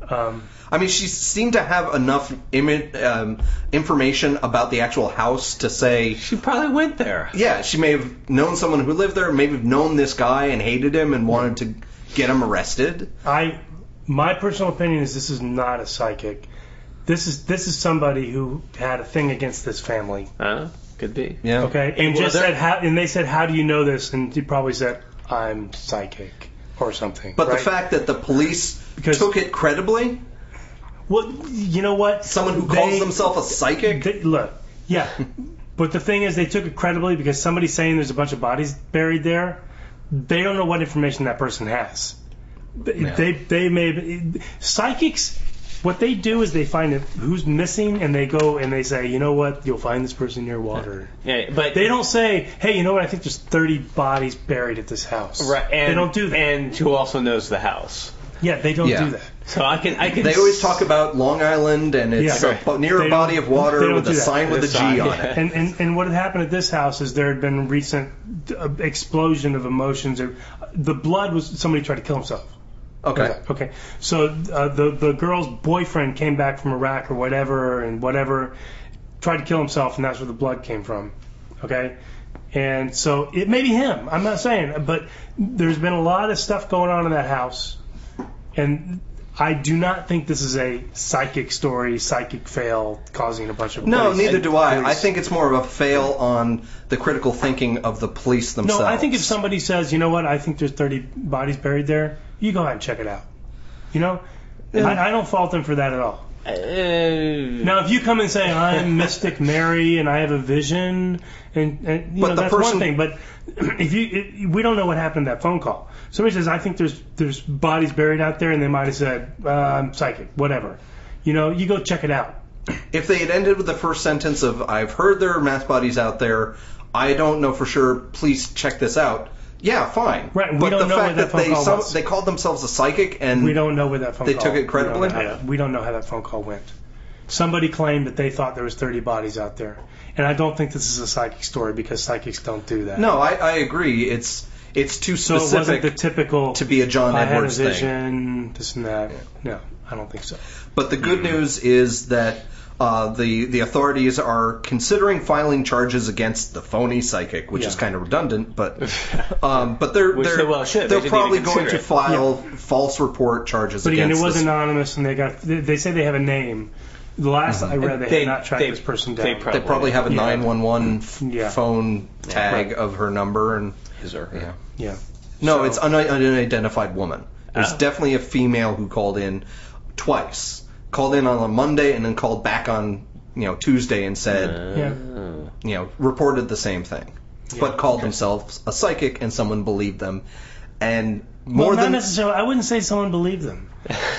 Um, I mean, she seemed to have enough imi- um, information about the actual house to say, She probably went there. yeah, she may have known someone who lived there, maybe have known this guy and hated him and wanted to get him arrested. I, my personal opinion is this is not a psychic. This is this is somebody who had a thing against this family. Huh? Could be. Yeah. Okay. And And were just there- said how, and they said, how do you know this? And he probably said, I'm psychic or something. But right? the fact that the police Because- took it credibly, well, you know what? someone who They- calls themselves a psychic, They, look, yeah. but the thing is, they took it credibly because somebody's saying there's a bunch of bodies buried there. They don't know what information that person has. They, Yeah. they, they may psychics. What they do is they find it, who's missing, and they go and they say, you know what, you'll find this person near water. Yeah, but They don't say, hey, you know what, I think there's 30 bodies buried at this house. Right, and, they don't do that. And who also knows the house? yeah, they don't Yeah. do that. So I can, I can. They always talk about Long Island and it's Yeah. a bo- near They a body don't- of they water don't with do a that. sign with a The G sign, on yeah. it. And, and and what had happened at this house is there had been recent uh, explosion of emotions. Or the blood was somebody tried to kill himself. Okay. Okay. So uh, the the girl's boyfriend came back from Iraq or whatever and whatever, tried to kill himself, and that's where the blood came from. Okay. And so it may be him. I'm not saying, but there's been a lot of stuff going on in that house, and I do not think this is a psychic story, psychic fail causing a bunch of No, police- neither do I. I police. think it's more of a fail on the critical thinking of the police No, themselves. I think if somebody says, you know what, I think there's 30 bodies buried there, you go out and check it out. You know, I, I don't fault them for that at all. Uh, Now, if you come and say I'm Mystic Mary and I have a vision, and, and you But know the that's one person- thing, but if you it, we don't know what happened in that phone call. Somebody says I think there's there's bodies buried out there, and they might have said uh, I'm psychic, whatever. You know, you go check it out. If they had ended with the first sentence of "I've heard there are mass bodies out there," I don't know for sure. Please check this out. Yeah, fine. Right, we But don't the know fact what that phone they call some- was. they called themselves a psychic and We don't know where that phone Mm. They call. took it credibly? We don't, know how that, we don't know how that phone call went. Somebody claimed that they thought there was 30 bodies out there, and I don't think this is a psychic story because psychics don't do that. No, I, I agree. It's it's too so it wasn't specific the typical. to be a John I had a Edwards thing. vision, this and that. No, I don't think so. But the good Mm-hmm. news is that uh, the the authorities are considering filing charges against the phony psychic, which Yeah. is kind of redundant, but um, but they're Which they're they well should. They they're didn't probably even going consider to it. file false report charges But again, against it was this- anonymous, and they got. They, they say they have a name. The last I read, they, They- had not tracked they- this person they down. Mm-hmm. They probably- probably have a Yeah. nine one one Yeah. phone tag of her number and his or her. yeah. yeah. no, So- it's un- an unidentified woman. There's Ah. definitely a female who called in twice. Called in on a Monday and then called back on you know Tuesday and said. Yeah. Uh, you know, reported the same thing, but called themselves a psychic, and someone believed them. And more Well, not than necessarily. I wouldn't say someone believed them.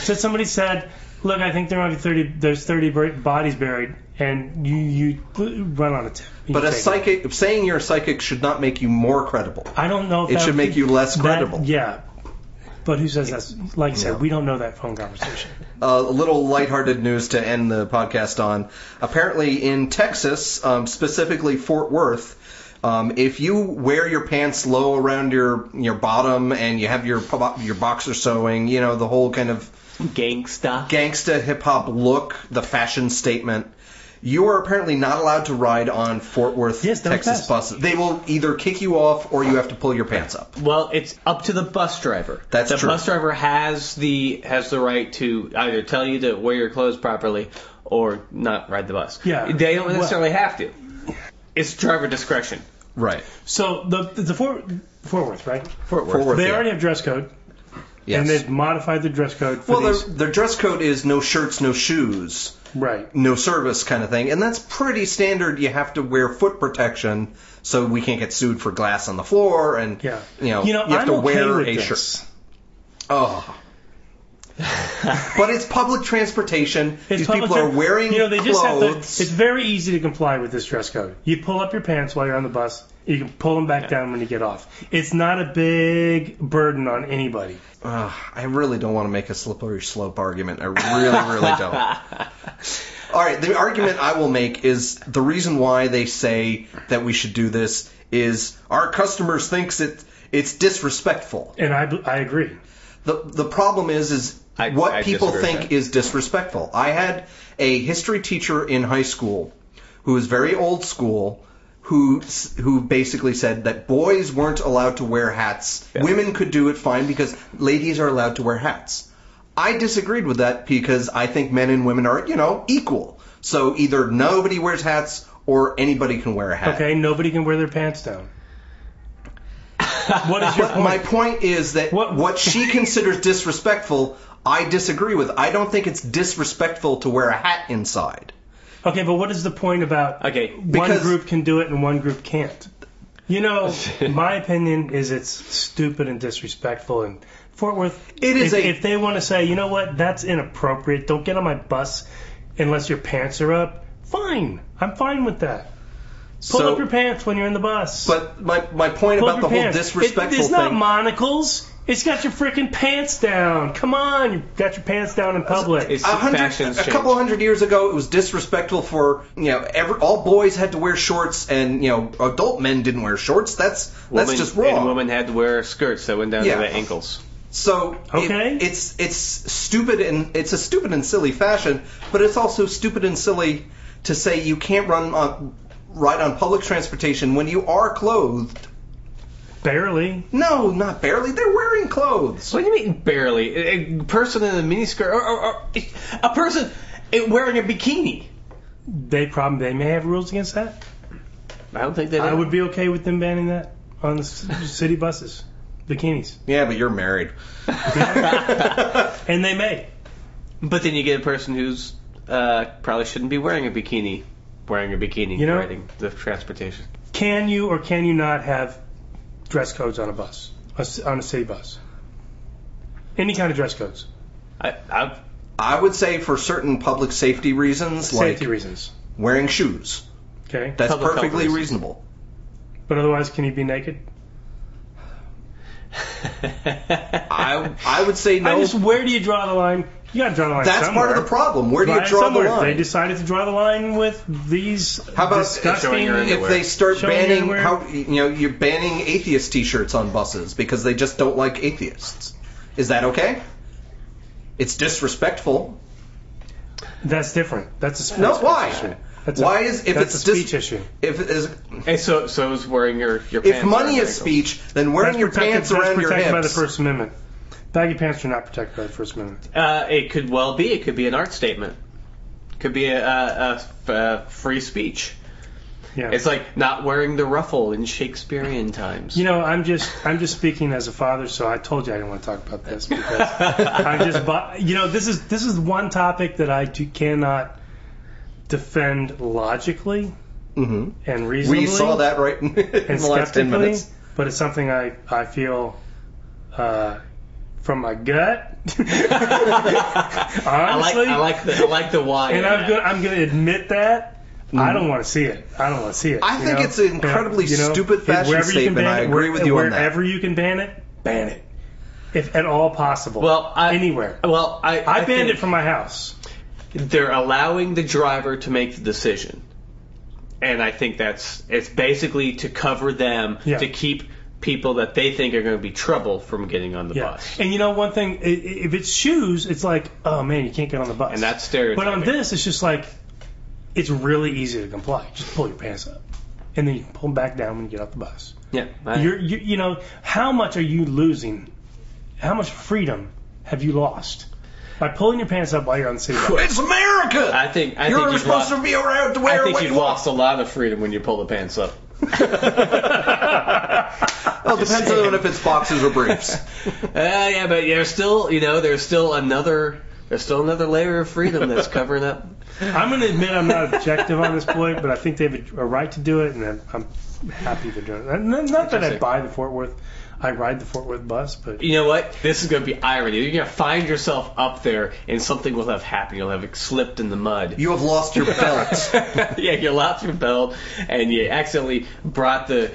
so somebody said, "Look, I think there might be thirty. There's thirty bur- bodies buried, and you you run on a tip." You but a take it. psychic, saying you're a psychic should not make you more credible. I don't know. if It that- should make you less that- credible. yeah. But who says that? Like I said, we don't know that phone conversation. a little lighthearted news to end the podcast on. Apparently, in Texas, um, specifically Fort Worth, um, if you wear your pants low around your your bottom and you have your your boxer sewing, you know the whole kind of gangsta. gangsta hip hop look, the fashion statement. You are apparently not allowed to ride on Fort Worth, Yes, that was Texas fast. buses. They will either kick you off or you have to pull your pants up. Well, it's up to the bus driver. That's the true. bus driver has the has the right to either tell you to wear your clothes properly or not ride the bus. Yeah. They don't necessarily have to. It's driver discretion. Right. So the the Fort Fort Worth, right? Fort Worth. Fort Worth. They yeah. already have dress code, Yes. and they've modified the dress code for well, these. their, their dress code is no shirts, no shoes, Right. no service kind of thing, and that's pretty standard. You have to wear foot protection so we can't get sued for glass on the floor, and Yeah. you know You know, you have I'm to okay wear with a this. shirt. Oh. but it's public transportation. It's These public people are tra- wearing you know, they just have clothes. to, It's very easy to comply with this dress code. You pull up your pants while you're on the bus. You can pull them back down when you get off. It's not a big burden on anybody. Ugh, I really don't want to make a slippery slope argument. I really, really don't. All right, the argument I will make is the reason why they say that we should do this is our customers thinks it it's disrespectful. And I, bl- I agree. The the problem is is I- what I people disagree with think that. is disrespectful. I had a history teacher in high school who was very old school who s- who basically said that boys weren't allowed to wear hats. Women could do it fine because ladies are allowed to wear hats. I disagreed with that because I think men and women are, you know, equal. So either nobody wears hats or anybody can wear a hat. Okay, nobody can wear their pants down. What is your But point? my point is that What- what, she considers disrespectful, I disagree with. I don't think it's disrespectful to wear a hat inside. okay, but what is the point about Okay. one Because- group can do it and one group can't? You know, my opinion is it's stupid and disrespectful. And Fort Worth, It is if, a- if they want to say, you know what, that's inappropriate. Don't get on my bus unless your pants are up. Fine, I'm fine with that. Pull So- up your pants when you're in the bus. But my, my point Pull up about the your whole pants. disrespectful It- it's thing. not monocles. It's got your freaking pants down. Come on, you got your pants down in public. It's a hundred, fashions a change. couple hundred years ago, it was disrespectful for you know every, all boys had to wear shorts, and you know adult men didn't wear shorts. That's Women, that's just wrong. And women had to wear skirts that went down Yeah. to the ankles. So it- Okay. it's it's stupid and it's a stupid and silly fashion, but it's also stupid and silly to say you can't run on ride on public transportation when you are clothed. Barely. No, not barely. They're wearing clothes. What do you mean barely? A a person in a miniskirt, or, or, or a person eh, wearing a bikini. They probably they may have rules against that. I don't think that I would be okay with them banning that on the s- city buses, bikinis, Yeah, but you're married. and they may. But then you get a person who's uh, probably shouldn't be wearing a bikini, wearing a bikini, You know- riding the transportation. Can you or can you not have dress codes on a bus, a s- on a city bus? Any kind of dress codes, I, I, I would say for certain public safety reasons, safety like reasons. wearing shoes, Okay, that's Public health perfectly reasons. reasonable. but otherwise, can you be naked? I I would say no. I just where do you draw the line? You got to draw the line that's somewhere. part of the problem. Where do Draw you it draw the somewhere. They line? decided to draw the line with these How about disgusting. showing your if they start Showing banning underwear. how you know you're banning atheist t-shirts on buses because they just don't like atheists is that okay it's disrespectful that's different. That's a speech No, why? issue. That's why a, is if that's it's a dis- speech issue? if it is, and eh, so, so is wearing your your. if pants money around is your ankles. speech then wearing That's your protected- pants that's around your protected hips by the First Amendment. Baggy pants are not protected by the First Amendment. Uh, it could well be. It could be an art statement. Could be a, a, a, a free speech. Yeah. It's like not wearing the ruffle in Shakespearean times. you know, I'm just I'm just speaking as a father, so I told you I didn't want to talk about this because I'm just bu- you know this is this is one topic that I do, cannot defend logically Mhm. and reasonably. we saw that right in and the last 10 skeptically, minutes but it's something I I feel uh, from my gut. I like Honestly, I like the I like the why. in and I'm that. gonna I'm gonna admit that. I don't want to see it. I don't want to see it. Mm-hmm. I you think know? it's an incredibly You know, stupid fashion wherever you can statement. ban I it, agree where- with you on that. Wherever you can ban it, ban it, if at all possible. Well, I, anywhere. Well, I I banned think it from my house. They're allowing the driver to make the decision, and I think that's it's basically to cover them Yeah. to keep people that they think are going to be trouble from getting on the Yeah. bus. And you know one thing, i- i- if it's shoes, it's like, oh man, you can't get on the bus. And that's stereotyping. But on this, it's just like it's really easy to comply. Just pull your pants up, and then you can pull them back down when you get off the bus. yeah, I- You're, you, you know, how much are you losing? How much freedom have you lost by pulling your pants up while you're on the city bus? it's america I think I you're think you've supposed lost, to be around to wear I think what you've you want. lost a lot of freedom when you pull the pants up. well, it depends on if it's boxes or briefs. Uh, yeah, but there's still you know there's still another there's still another layer of freedom that's covering up. I'm going to admit I'm not objective on this point, but I think they have a, a right to do it, and I'm, I'm happy they're doing it. And not that I Interesting. buy the Fort Worth. I ride the Fort Worth bus, but You know what? This is going to be irony. You're going to find yourself up there, and something will have happened. You'll have slipped in the mud. You have lost your belt. yeah, you lost your belt, and you accidentally brought the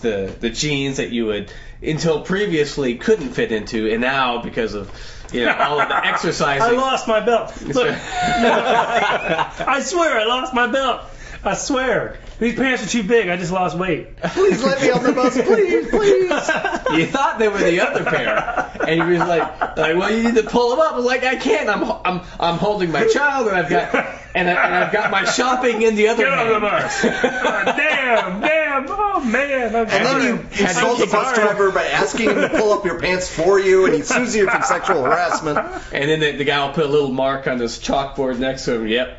the the jeans that you would until previously couldn't fit into, and now because of you know all of the exercising. I lost my belt. Look, I swear I lost my belt. I swear. These pants are too big. I just lost weight. please let me on the bus, please, please. you thought they were the other pair, and you was like, like, well, you need to pull them up. I'm like, I can't. I'm I'm I'm holding my child, and I've got and, I, and I've got my shopping in the other. Get on the hand. bus. God damn, damn. Oh, man. I'm And then you insult the bus driver by asking him to pull up your pants for you, and he sues you for sexual harassment. And then the, the guy will put a little mark on this chalkboard next to him. Yep. know-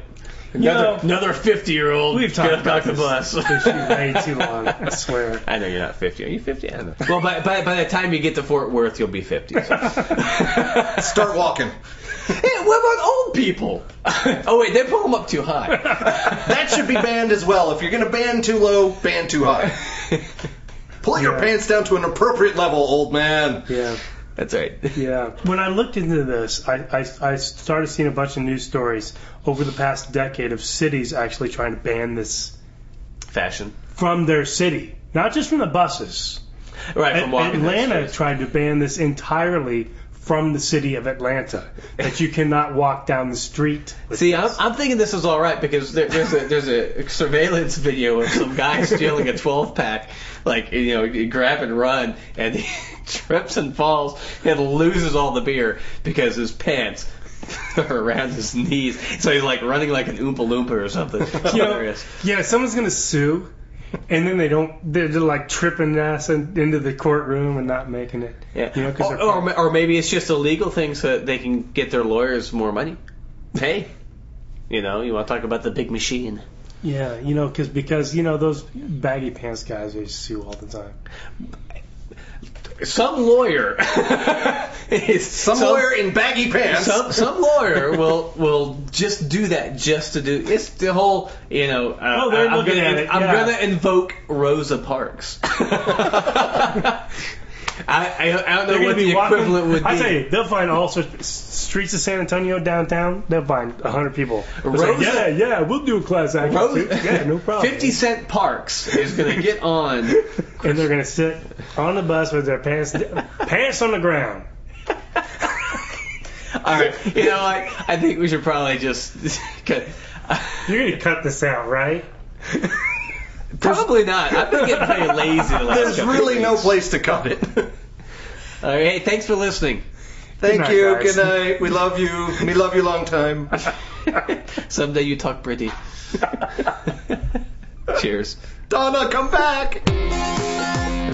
Another another fifty year old. We've talked about the bus. way too long. I swear. I know you're not fifty. Are you fifty? I don't know. Well, by, by by the time you get to Fort Worth, you'll be fifty. So. Start walking. Hey, what about old people? oh wait, they pull them up too high. That should be banned as well. If you're going to ban too low, ban too high. Pull your pants down to an appropriate level, old man. Yeah. That's right. Yeah. When I looked into this, I, I, I started seeing a bunch of news stories over the past decade of cities actually trying to ban this Fashion. from their city, not just from the buses. Right At- from walking. down the Atlanta streets. tried to ban this entirely from the city of Atlanta that you cannot walk down the street. with See, I'm, this. I'm thinking this is all right because there, there's a there's a surveillance video of some guy stealing a 12 pack, like you know, you grab and run, and he trips and falls and loses all the beer because his pants are around his knees, so he's like running like an oompa loompa or something. It's You know, hilarious. yeah, someone's gonna sue, and then they don't. They're, they're like tripping us in, into the courtroom and not making it. Yeah. You know, 'cause or, they're- or, ma- or maybe it's just a legal thing so that they can get their lawyers more money. Hey, you know, you want to talk about the big machine? Yeah, you know, 'cause- because you know those baggy pants guys they sue all the time. Some lawyer. some, Somewhere in baggy pants. some some lawyer will will just do that just to do it's the whole you know uh, Oh, they're I'm looking gonna at it, I'm yeah. gonna invoke Rosa Parks. I, I I don't know what the equivalent would be. I tell you, they'll find all sorts. s- Streets of San Antonio downtown, they'll find a hundred people. It's like, Rosa- yeah, yeah, we'll do a class action. Rosa- suit. yeah, no problem. 50 Cent Parks is gonna get on. and they're gonna sit on the bus with their pants pants on the ground. All right, you know what? I think we should probably just cut. You're gonna cut this out, right? Probably not. I've been getting pretty lazy the last There's couple of really no weeks. place to cut it. All right, hey, thanks for listening. Thank night, you. guys. Good night. We love you. We love you long time. Someday you talk pretty. Cheers. Donna, come back. The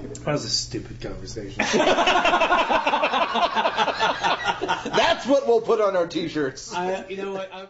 That was a stupid conversation. That's what we'll put on our t-shirts. you know what? I'm-